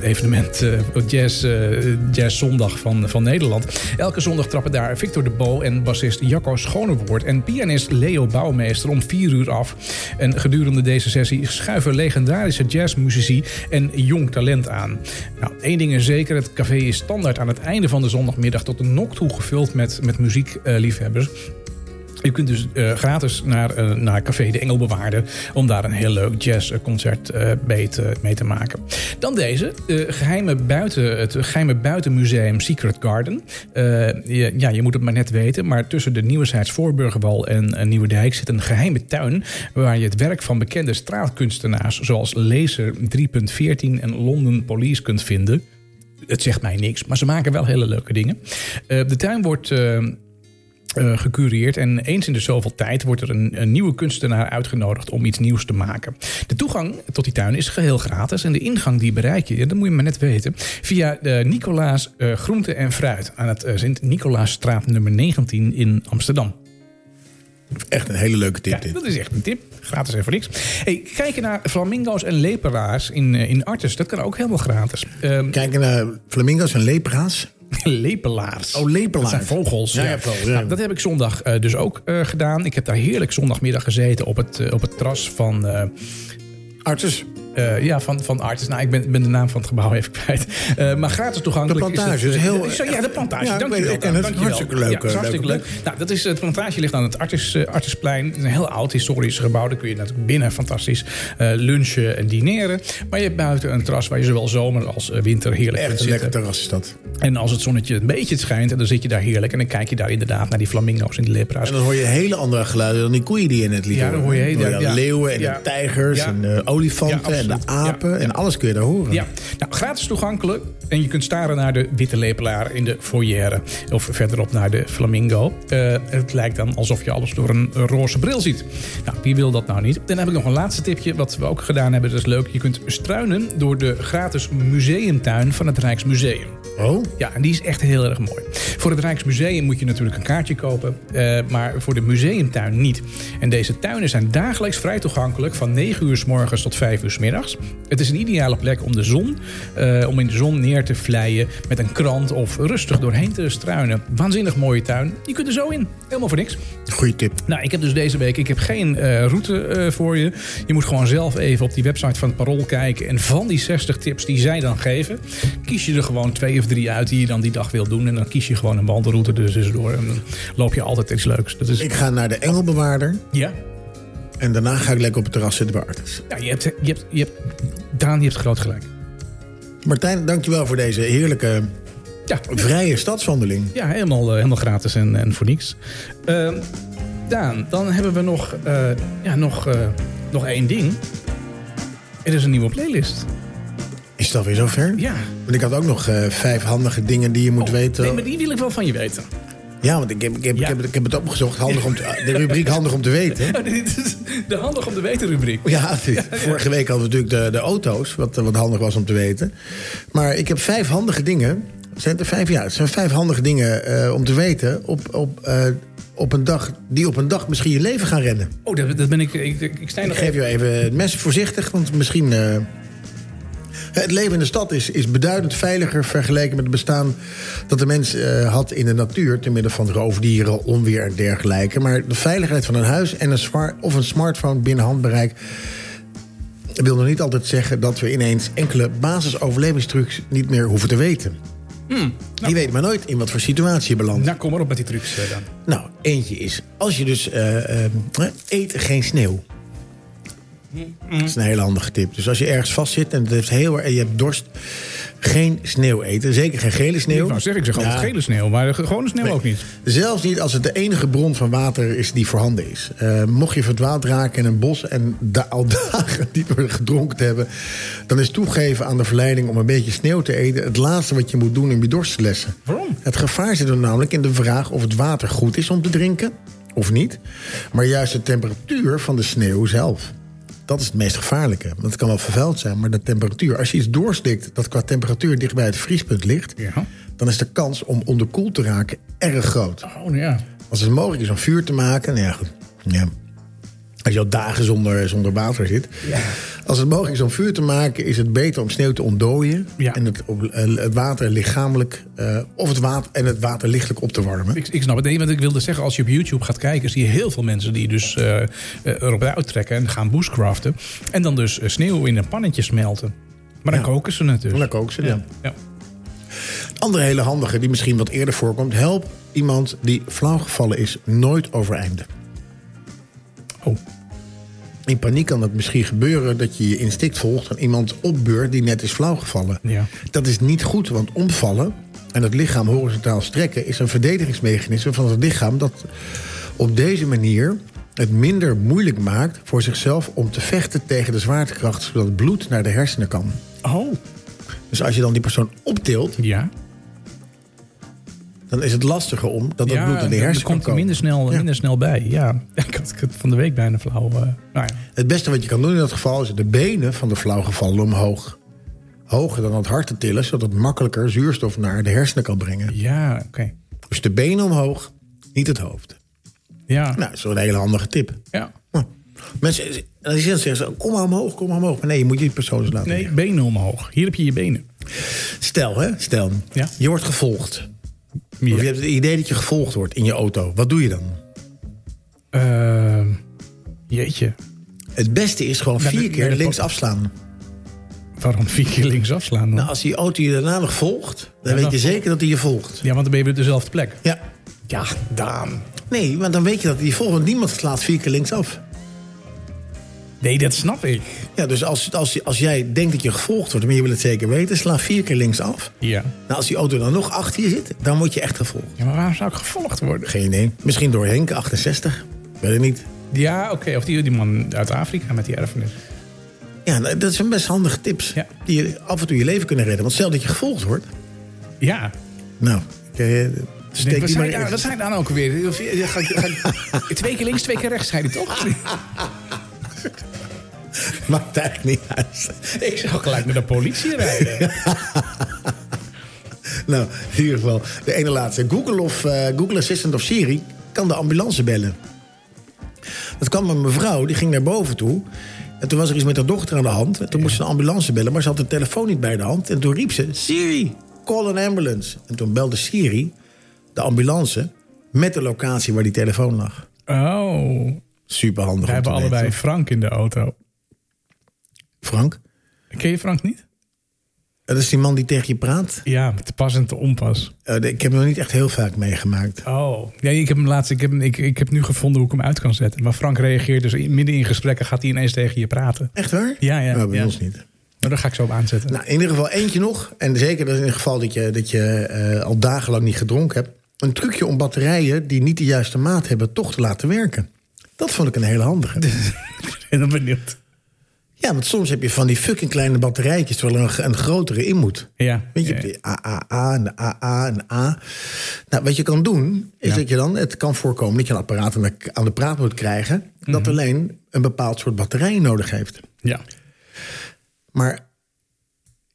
[SPEAKER 1] eh, evenement eh, jazz, eh, jazz Zondag van, van Nederland. Elke zondag trappen daar Victor de Bo en bassist Jacco Schonewoord en pianist Leo Bouwmeester om 4 uur af. En gedurende deze sessie schuiven legendarische jazzmuzici en jong talent aan. Nou, één ding is zeker, het café is standaard aan het einde van de zondagmiddag tot de nok toe gevuld met, met muziekliefhebbers. U kunt dus eh, gratis naar, eh, naar Café de Engelbewaarder om daar een heel leuk jazzconcert eh mee, te, mee te maken. Dan deze, eh, geheime buiten, het geheime buitenmuseum Secret Garden. Eh, je, ja, je moet het maar net weten, maar tussen de Nieuwezijds Voorburgerwal en eh, Nieuwedijk zit een geheime tuin waar je het werk van bekende straatkunstenaars zoals Laser 3.14 en London Police kunt vinden. Het zegt mij niks, maar ze maken wel hele leuke dingen. Eh, de tuin wordt... eh, eh, gecureerd. En eens in de zoveel tijd wordt er een, een nieuwe kunstenaar uitgenodigd om iets nieuws te maken. De toegang tot die tuin is geheel gratis. En de ingang die bereik je, ja, dat moet je maar net weten, via de Nicolaas eh, Groente en Fruit aan het eh, Sint-Nicolaasstraat nummer 19 in Amsterdam.
[SPEAKER 2] Echt een hele leuke tip
[SPEAKER 1] Ja,
[SPEAKER 2] dit.
[SPEAKER 1] dat is echt een tip. Gratis en voor niks. Hey, kijken naar flamingo's en leperaars in, eh, in Artes, dat kan ook helemaal gratis. Ehm
[SPEAKER 2] Kijken naar flamingo's en lepera's.
[SPEAKER 1] lepelaars.
[SPEAKER 2] Oh, lepelaars.
[SPEAKER 1] Dat zijn vogels.
[SPEAKER 2] Ja,
[SPEAKER 1] Ja,
[SPEAKER 2] ja, vogels, ja.
[SPEAKER 1] Nou, dat heb ik zondag eh, dus ook eh, gedaan. Ik heb daar heerlijk zondagmiddag gezeten op het, eh, op het terras van... eh,
[SPEAKER 2] Artsen.
[SPEAKER 1] eh, ja, van, van Artis. Nou, ik ben, ben de naam van het gebouw even kwijt. Eh, maar gratis toegankelijk
[SPEAKER 2] De plantage
[SPEAKER 1] is
[SPEAKER 2] is
[SPEAKER 1] het, eh,
[SPEAKER 2] heel-
[SPEAKER 1] is zo- ja, de plantage.
[SPEAKER 2] Ja, ik
[SPEAKER 1] Dank
[SPEAKER 2] weet
[SPEAKER 1] je wel.
[SPEAKER 2] het. En het is
[SPEAKER 1] Dank je wel.
[SPEAKER 2] hartstikke leuk,
[SPEAKER 1] Ja, het is
[SPEAKER 2] eh,
[SPEAKER 1] hartstikke
[SPEAKER 2] leuk.
[SPEAKER 1] leuk. Nou, dat is, het plantage ligt aan het Artis, eh, Artisplein. Het is een heel oud historisch gebouw. Daar kun je natuurlijk binnen fantastisch eh, lunchen en dineren. Maar je hebt buiten een terras waar je zowel zomer als eh, winter heerlijk kunt
[SPEAKER 2] Echt een
[SPEAKER 1] zitten.
[SPEAKER 2] lekker terras is dat.
[SPEAKER 1] En als het zonnetje een beetje schijnt, dan zit je daar heerlijk. En dan kijk je daar inderdaad naar die flamingo's en die lepera's.
[SPEAKER 2] En dan hoor je hele andere geluiden dan die koeien die je net liet
[SPEAKER 1] Ja, dan hoor je hele-
[SPEAKER 2] horen. Oh
[SPEAKER 1] ja.
[SPEAKER 2] leeuwen en
[SPEAKER 1] Ja.
[SPEAKER 2] de tijgers
[SPEAKER 1] Ja.
[SPEAKER 2] en de olifanten
[SPEAKER 1] Ja,
[SPEAKER 2] en de
[SPEAKER 1] absoluut.
[SPEAKER 2] apen.
[SPEAKER 1] Ja.
[SPEAKER 2] En alles kun je daar horen.
[SPEAKER 1] Ja, nou, gratis toegankelijk. En je kunt staren naar de witte lepelaar in de foyer. Of verderop naar de flamingo. Eh, het lijkt dan alsof je alles door een roze bril ziet. Nou, wie wil dat nou niet? Dan heb ik nog een laatste tipje, wat we ook gedaan hebben. Dat is leuk. Je kunt struinen door de gratis museumtuin van het Rijksmuseum.
[SPEAKER 2] Oh,
[SPEAKER 1] Ja, en die is echt heel erg mooi. Voor het Rijksmuseum moet je natuurlijk een kaartje kopen, eh, maar voor de museumtuin niet. En deze tuinen zijn dagelijks vrij toegankelijk van 9 uur s morgens tot 5 uur s middags. Het is een ideale plek om de zon, eh, om in de zon neer te vlijen met een krant of rustig doorheen te struinen. Waanzinnig mooie tuin. Je kunt er zo in. Helemaal voor niks.
[SPEAKER 2] goede tip.
[SPEAKER 1] Nou, ik heb dus deze week ik heb geen eh, route eh, voor je. Je moet gewoon zelf even op die website van het Parool kijken. En van die 60 tips die zij dan geven, kies je er gewoon twee of drie uit die je dan die dag wil doen. En dan kies je gewoon een wandelroute er tussendoor. En dan loop je altijd iets leuks. Dat is,
[SPEAKER 2] Ik ga naar de Engelbewaarder.
[SPEAKER 1] ja.
[SPEAKER 2] En daarna ga ik lekker op het terras zitten bij Artis.
[SPEAKER 1] ja, je hebt, je hebt, je hebt, Daan, je hebt groot gelijk.
[SPEAKER 2] Martijn, dankjewel voor deze heerlijke
[SPEAKER 1] Ja,
[SPEAKER 2] vrije stadswandeling.
[SPEAKER 1] ja helemaal, eh, helemaal gratis en, en voor niks. Eh, Daan, dan hebben we nog, eh, ja, nog, eh, nog één ding. Er is een nieuwe playlist.
[SPEAKER 2] Is dat weer zover?
[SPEAKER 1] Ja.
[SPEAKER 2] Want ik had ook nog eh, vijf handige dingen die je moet
[SPEAKER 1] Oh,
[SPEAKER 2] weten.
[SPEAKER 1] Nee, maar die wil ik wel van je weten.
[SPEAKER 2] Ja, want ik heb, ik, heb,
[SPEAKER 1] Ja.
[SPEAKER 2] ik, heb, ik heb het opgezocht. Handig om te- de rubriek handig om te weten.
[SPEAKER 1] Nou, Dit is De handig om te weten rubriek.
[SPEAKER 2] Ja, vorige week hadden we natuurlijk de, de auto's, wat, eh, wat handig was om te weten. Maar ik heb vijf handige dingen. Zijn het er vijf? Ja, het zijn vijf handige dingen eh, om te weten op, op, eh, op een dag, die op een dag misschien je leven gaan redden.
[SPEAKER 1] Oh, dat, dat ben ik. Ik, ik, ik sta
[SPEAKER 2] Ik
[SPEAKER 1] nog
[SPEAKER 2] geef
[SPEAKER 1] even.
[SPEAKER 2] jou even het mes voorzichtig, want misschien... eh, het leven in de stad is, is beduidend veiliger vergeleken met het bestaan dat de mens eh, had in de natuur. Ten middel van roofdieren, onweer en dergelijke. Maar de veiligheid van een huis en een zwaar- of een smartphone binnen handbereik. wil nog niet altijd zeggen dat we ineens enkele basisoverlevingstrucs niet meer hoeven te weten. Je weet maar nooit in wat voor situatie je belandt.
[SPEAKER 1] Nou, kom maar op met die trucs eh, dan.
[SPEAKER 2] Nou, eentje is, als je dus eh, eh, eet geen sneeuw. Dat is een hele handige tip. Dus als je ergens vastzit en het heeft heel, erg- en je hebt dorst... geen sneeuw eten. Zeker geen gele sneeuw.
[SPEAKER 1] Ik wou zeggen, ik zeg altijd
[SPEAKER 2] Ja.
[SPEAKER 1] gele sneeuw, maar ge- gewone sneeuw
[SPEAKER 2] Nee.
[SPEAKER 1] ook niet.
[SPEAKER 2] Zelfs niet als het de enige bron van water is die voorhanden is. Eh, mocht je verdwaald raken in een bos en da- al dagen niet meer gedronken te hebben... dan is toegeven aan de verleiding om een beetje sneeuw te eten... het laatste wat je moet doen om je dorst te lessen.
[SPEAKER 1] Waarom?
[SPEAKER 2] Het gevaar zit er namelijk in de vraag of het water goed is om te drinken of niet... maar juist de temperatuur van de sneeuw zelf. Dat is het meest gevaarlijke. Want het kan wel vervuild zijn, maar de temperatuur... als je iets doorslikt dat qua temperatuur dicht bij het vriespunt ligt...
[SPEAKER 1] Ja.
[SPEAKER 2] dan is de kans om onderkoeld te raken erg groot.
[SPEAKER 1] Oh ja.
[SPEAKER 2] Als het mogelijk is om vuur te maken, nou ja, goed. Ja. Als je al dagen zonder, zonder water zit. Als het mogelijk is om vuur te maken, is het beter om sneeuw te ontdooien.
[SPEAKER 1] Ja.
[SPEAKER 2] En het, op- eh, het water lichamelijk. eh, of het water, en het water lichtelijk op te warmen.
[SPEAKER 1] Ik, ik snap het. Nee, want ik wilde zeggen, als je op YouTube gaat kijken... zie je heel veel mensen die dus eh, eh, erop uittrekken en gaan bushcraften. En dan dus eh, sneeuw in een pannetje smelten. Maar dan
[SPEAKER 2] Ja.
[SPEAKER 1] koken ze het dus.
[SPEAKER 2] En dan koken ze dan.
[SPEAKER 1] Ja.
[SPEAKER 2] Andere hele handige, die misschien wat eerder voorkomt. Help iemand die flauw gevallen is nooit overeinden.
[SPEAKER 1] Oh,
[SPEAKER 2] In paniek kan het misschien gebeuren dat je je instinct volgt... en iemand opbeurt die net is flauwgevallen.
[SPEAKER 1] Ja.
[SPEAKER 2] Dat is niet goed, want omvallen en het lichaam horizontaal strekken... is een verdedigingsmechanisme van het lichaam... dat op deze manier het minder moeilijk maakt voor zichzelf... om te vechten tegen de zwaartekracht, zodat het bloed naar de hersenen kan.
[SPEAKER 1] oh.
[SPEAKER 2] Dus als je dan die persoon optilt,
[SPEAKER 1] ja.
[SPEAKER 2] dan is het lastiger om... dat dat
[SPEAKER 1] ja,
[SPEAKER 2] bloed naar de
[SPEAKER 1] dan
[SPEAKER 2] hersenen kan
[SPEAKER 1] komt hij
[SPEAKER 2] komen.
[SPEAKER 1] minder snel,
[SPEAKER 2] Ja.
[SPEAKER 1] minder snel bij. Ja, ik had het van de week bijna flauw. eh, nou ja.
[SPEAKER 2] Het beste wat je kan doen in dat geval is de benen van de flauwgevallen omhoog. Hoger dan het hart te tillen, zodat het makkelijker zuurstof naar de hersenen kan brengen.
[SPEAKER 1] Ja, oké.
[SPEAKER 2] Dus de benen omhoog, niet het hoofd.
[SPEAKER 1] Ja.
[SPEAKER 2] Nou, dat is wel een hele handige tip.
[SPEAKER 1] ja.
[SPEAKER 2] Hm. Mensen dan zeggen ze, kom maar omhoog, kom maar omhoog. Maar nee, je moet je persoon eens laten
[SPEAKER 1] Nee,
[SPEAKER 2] liggen.
[SPEAKER 1] benen omhoog. Hier heb je je benen.
[SPEAKER 2] Stel, hè, stel,
[SPEAKER 1] Ja.
[SPEAKER 2] je wordt gevolgd.
[SPEAKER 1] Ja.
[SPEAKER 2] Of je hebt het idee dat je gevolgd wordt in je auto. Wat doe je dan?
[SPEAKER 1] Ehm, jeetje.
[SPEAKER 2] Het beste is gewoon
[SPEAKER 1] Naar de-
[SPEAKER 2] vier
[SPEAKER 1] naar
[SPEAKER 2] keer
[SPEAKER 1] de
[SPEAKER 2] links
[SPEAKER 1] po-
[SPEAKER 2] afslaan.
[SPEAKER 1] Waarom vier keer links afslaan? dan?
[SPEAKER 2] Nou, als die auto je daarna nog volgt, dan weet
[SPEAKER 1] dan-
[SPEAKER 2] je zeker dat hij je volgt.
[SPEAKER 1] ja, want dan ben je weer op dezelfde plek.
[SPEAKER 2] Ja,
[SPEAKER 1] Ja, Daan.
[SPEAKER 2] Nee, want dan weet je dat die volgende niemand slaat vier keer linksaf.
[SPEAKER 1] Nee, dat snap ik.
[SPEAKER 2] Ja, dus als, als, als jij denkt dat je gevolgd wordt, maar je wil het zeker weten, sla vier keer linksaf.
[SPEAKER 1] Ja.
[SPEAKER 2] Nou, als die auto dan nog achter je zit, dan word je echt gevolgd.
[SPEAKER 1] Ja, maar waarom zou ik gevolgd worden?
[SPEAKER 2] Geen idee. Misschien door Henk, 68. Weet het niet.
[SPEAKER 1] Ja, oké. Of die, die man uit Afrika met die erfenis.
[SPEAKER 2] Ja, nou, dat zijn best handige tips.
[SPEAKER 1] Ja.
[SPEAKER 2] Die je af en toe je leven kunnen redden. Want stel dat je gevolgd wordt.
[SPEAKER 1] Ja.
[SPEAKER 2] Nou, eh,
[SPEAKER 1] Denk,
[SPEAKER 2] steek
[SPEAKER 1] wat
[SPEAKER 2] die maar
[SPEAKER 1] zijn
[SPEAKER 2] in.
[SPEAKER 1] daar, dat zijn dan ook weer. Of- ja, ga- ga- twee keer links, twee keer rechts zijn die toch?
[SPEAKER 2] Maakt eigenlijk niet uit.
[SPEAKER 1] ik zou gelijk met de politie rijden.
[SPEAKER 2] Nou, in ieder geval, de ene laatste. Google, of, eh, Google Assistant of Siri kan de ambulance bellen. Dat kwam een mevrouw, die ging naar boven toe. En toen was er iets met haar dochter aan de hand. En toen moest ze een ambulance bellen, maar ze had de telefoon niet bij de hand. En toen riep ze, Siri, call an ambulance. En toen belde Siri de ambulance met de locatie waar die telefoon lag.
[SPEAKER 1] Oh.
[SPEAKER 2] Superhandig.
[SPEAKER 1] We
[SPEAKER 2] om te
[SPEAKER 1] hebben
[SPEAKER 2] weten.
[SPEAKER 1] allebei Frank in de auto.
[SPEAKER 2] Frank,
[SPEAKER 1] Ken je Frank niet?
[SPEAKER 2] dat is die man die tegen je praat.
[SPEAKER 1] Ja, te pas en te onpas.
[SPEAKER 2] Eh, ik heb hem nog niet echt heel vaak meegemaakt.
[SPEAKER 1] Oh, nee, ik heb hem laatst. Ik heb, hem- ik, ik heb nu gevonden hoe ik hem uit kan zetten. Maar Frank reageert dus in- midden in gesprekken, gaat hij ineens tegen je praten.
[SPEAKER 2] Echt waar?
[SPEAKER 1] Ja, ja,
[SPEAKER 2] Nou, bij
[SPEAKER 1] ja.
[SPEAKER 2] ons niet.
[SPEAKER 1] Nou, dat ga ik zo op aanzetten.
[SPEAKER 2] Nou, in ieder geval eentje nog. En zeker dat in het geval dat je, dat je eh, al dagenlang niet gedronken hebt. Een trucje om batterijen die niet de juiste maat hebben toch te laten werken. Dat vond ik een hele handige.
[SPEAKER 1] ik ben heel benieuwd.
[SPEAKER 2] Ja, want soms heb je van die fucking kleine batterijtjes... terwijl er een, een grotere in moet.
[SPEAKER 1] Ja.
[SPEAKER 2] Weet je,
[SPEAKER 1] ja.
[SPEAKER 2] je hebt de AAA en de AA en de A. Nou, wat je kan doen, is
[SPEAKER 1] Ja.
[SPEAKER 2] dat je dan... Het kan voorkomen dat je een apparaat aan de, aan de praat moet krijgen... dat
[SPEAKER 1] Mhm.
[SPEAKER 2] alleen een bepaald soort batterij nodig heeft.
[SPEAKER 1] ja.
[SPEAKER 2] maar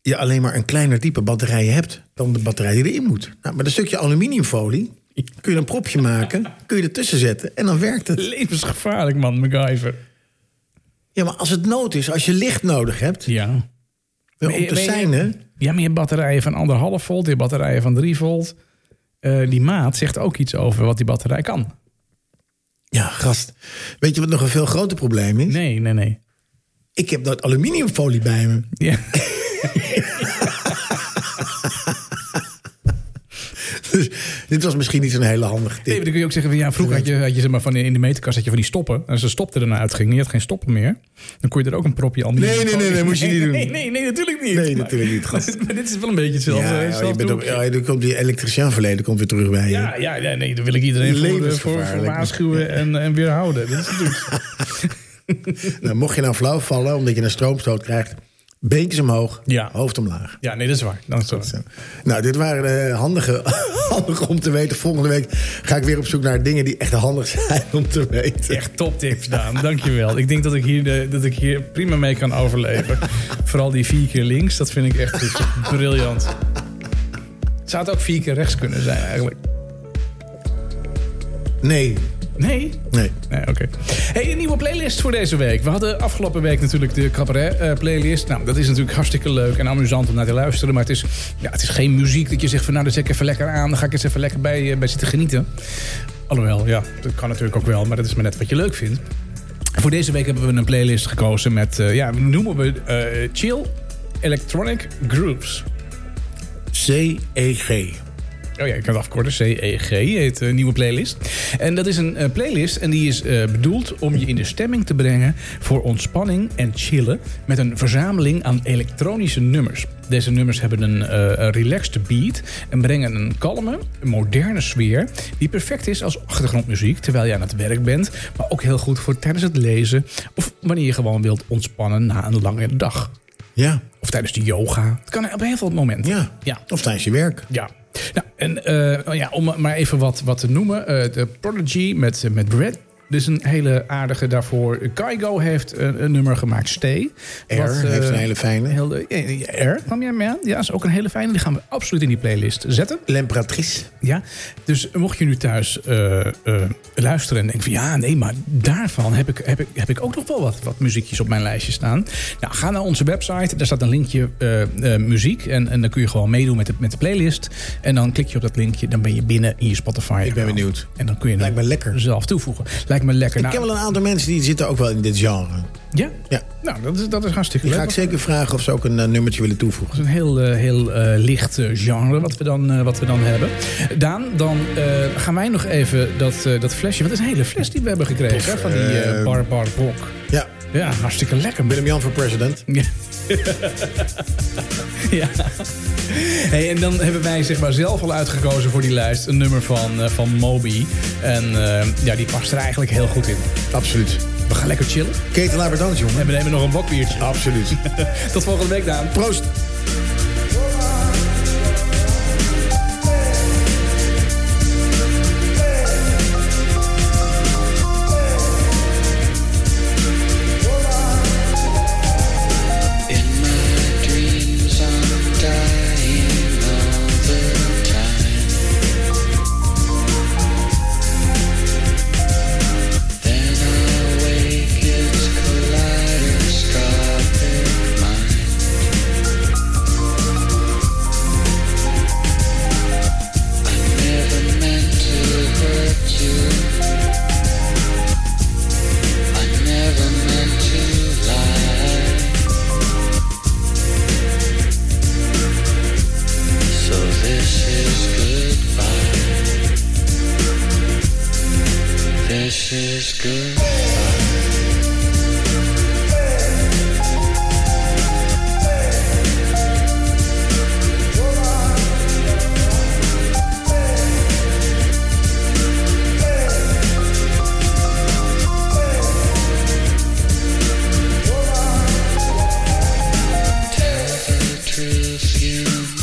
[SPEAKER 2] je alleen maar een kleiner type batterij hebt dan de batterij die erin moet. Nou, met een stukje aluminiumfolie kun je een propje maken, kun je ertussen zetten en dan werkt het.
[SPEAKER 1] Levensgevaarlijk, man, MacGyver.
[SPEAKER 2] Ja, maar als het nood is, als je licht nodig hebt
[SPEAKER 1] Ja.
[SPEAKER 2] om te
[SPEAKER 1] Maar je-
[SPEAKER 2] zijn, hè,
[SPEAKER 1] Ja, maar je hebt batterijen van anderhalf volt, je hebt batterijen van 3 volt. Eh, die maat zegt ook iets over wat die batterij kan.
[SPEAKER 2] Ja, gast. Weet je wat nog een veel groter probleem is?
[SPEAKER 1] Nee, nee, nee.
[SPEAKER 2] Ik heb dat aluminiumfolie bij me.
[SPEAKER 1] Ja.
[SPEAKER 2] Dus Dit was misschien niet zo'n hele handige
[SPEAKER 1] Nee, maar
[SPEAKER 2] tip.
[SPEAKER 1] dan kun je ook zeggen, van, ja, vroeger had je, had je zeg maar, van, in de meterkast had je van die stoppen. En ze stopte erna uitging. Je had geen stoppen meer. Dan kon je er ook een propje aan. die-
[SPEAKER 2] Nee, nee, nee, nee, moest je niet doen.
[SPEAKER 1] Nee, nee, nee, natuurlijk niet.
[SPEAKER 2] Nee,
[SPEAKER 1] Maar-
[SPEAKER 2] natuurlijk niet, gast.
[SPEAKER 1] maar dit is wel een beetje hetzelfde.
[SPEAKER 2] Ja,
[SPEAKER 1] hetzelfde
[SPEAKER 2] oh, je bent op,
[SPEAKER 1] hoekje.
[SPEAKER 2] oh, dan komt die elektricien verleden komt weer terug bij je.
[SPEAKER 1] Ja, ja, ja, nee, daar wil ik iedereen voor, eh, voor, voor
[SPEAKER 2] Levensgevaarlijk.
[SPEAKER 1] waarschuwen en, en weerhouden. Dat is natuurlijk...
[SPEAKER 2] Nou, mocht je nou flauw vallen omdat je een stroomstoot krijgt, beentjes omhoog,
[SPEAKER 1] Ja.
[SPEAKER 2] hoofd omlaag.
[SPEAKER 1] Ja, nee, dat is waar. Dan is dat.
[SPEAKER 2] Zo. Nou, dit waren eh, handige, handige om te weten. Volgende week ga ik weer op zoek naar dingen die echt handig zijn om te weten.
[SPEAKER 1] Echt top tips, Daan. Dankjewel. Ik denk dat ik, hier de, dat ik hier prima mee kan overleven. Vooral die vier keer links, dat vind ik echt briljant. Het zou het ook vier keer rechts kunnen zijn eigenlijk.
[SPEAKER 2] Nee,
[SPEAKER 1] Nee?
[SPEAKER 2] nee.
[SPEAKER 1] Nee, oké. Hey, een nieuwe playlist voor deze week. We hadden afgelopen week natuurlijk de cabaret eh, playlist. Nou, dat is natuurlijk hartstikke leuk en amusant om naar te luisteren. Maar het is, ja, het is geen muziek dat je zegt van nou, dat zet ik even lekker aan. Dan ga ik eens even lekker bij, eh, bij zitten genieten. Alhoewel, ja, dat kan natuurlijk ook wel. Maar dat is maar net wat je leuk vindt. Voor deze week hebben we een playlist gekozen met, eh, ja, noemen we eh, chill electronic grooves.
[SPEAKER 2] C-E-G.
[SPEAKER 1] Oh ja, ik kan het afkorten. CEG heet een nieuwe playlist. En dat is een eh, playlist en die is eh, bedoeld om je in de stemming te brengen voor ontspanning en chillen met een verzameling aan elektronische nummers. Deze nummers hebben een, eh, een relaxed beat en brengen een kalme, moderne sfeer die perfect is als achtergrondmuziek terwijl je aan het werk bent, maar ook heel goed voor tijdens het lezen of wanneer je gewoon wilt ontspannen na een lange dag.
[SPEAKER 2] Ja,
[SPEAKER 1] Of tijdens de yoga. Het kan op heel veel momenten.
[SPEAKER 2] ja.
[SPEAKER 1] ja.
[SPEAKER 2] Of tijdens je werk.
[SPEAKER 1] Ja. Nou, en eh, oh ja, om maar even wat, wat te noemen. eh, de Prodigy met, met Brad. Dit is een hele aardige daarvoor. Kaigo heeft eh, een, een nummer gemaakt, Stay. eh,
[SPEAKER 2] R heeft een hele fijne.
[SPEAKER 1] Heel, eh, R, kwam jij mee aan? Ja, is ook een hele fijne. Die gaan we absoluut in die playlist zetten.
[SPEAKER 2] L'Emperatrice.
[SPEAKER 1] Ja, dus mocht je nu thuis eh, eh, luisteren en denken van ja, nee, maar daarvan heb ik, heb ik, heb ik ook nog wel wat, wat muziekjes op mijn lijstje staan. Nou, ga naar onze website, daar staat een linkje eh, eh, muziek en, en dan kun je gewoon meedoen met de, met de playlist. En dan klik je op dat linkje, dan ben je binnen in je Spotify.
[SPEAKER 2] Ik ben benieuwd.
[SPEAKER 1] En dan kun je hem
[SPEAKER 2] Lijkt me lekker.
[SPEAKER 1] zelf toevoegen. Lijkt me lekker. Nou,
[SPEAKER 2] Ik ken wel een aantal mensen die zitten ook wel in dit genre.
[SPEAKER 1] ja?
[SPEAKER 2] Ja.
[SPEAKER 1] Nou, dat is, dat is hartstikke
[SPEAKER 2] Die
[SPEAKER 1] leuk.
[SPEAKER 2] ga ik zeker vragen of ze ook een eh, nummertje willen toevoegen.
[SPEAKER 1] Het is een heel, eh, heel eh, licht eh, genre wat we dan, eh, wat we dan hebben. Daan, dan eh, gaan wij nog even dat, eh, dat flesje... Want het is een hele fles die we hebben gekregen hè, van die eh
[SPEAKER 2] eh,
[SPEAKER 1] Bar Bar Bok.
[SPEAKER 2] Ja,
[SPEAKER 1] Ja, hartstikke lekker.
[SPEAKER 2] Willem-Jan voor president.
[SPEAKER 1] Ja. ja. Hey, en dan hebben wij zeg maar zelf al uitgekozen voor die lijst een nummer van, eh, van Moby. En eh, ja, die past er eigenlijk heel goed in.
[SPEAKER 2] Absoluut.
[SPEAKER 1] We gaan lekker chillen
[SPEAKER 2] Keten Laberdans, jongen.
[SPEAKER 1] en we nemen nog een bokbiertje.
[SPEAKER 2] Absoluut.
[SPEAKER 1] Tot volgende week, Daan.
[SPEAKER 2] Proost.
[SPEAKER 4] In my dreams, I'm dying all the time. Then I wake, it's kaleidoscopic mind. I never meant to hurt you. I never meant to lie. So this is goodbye. This is goodbye. Tell the truth, you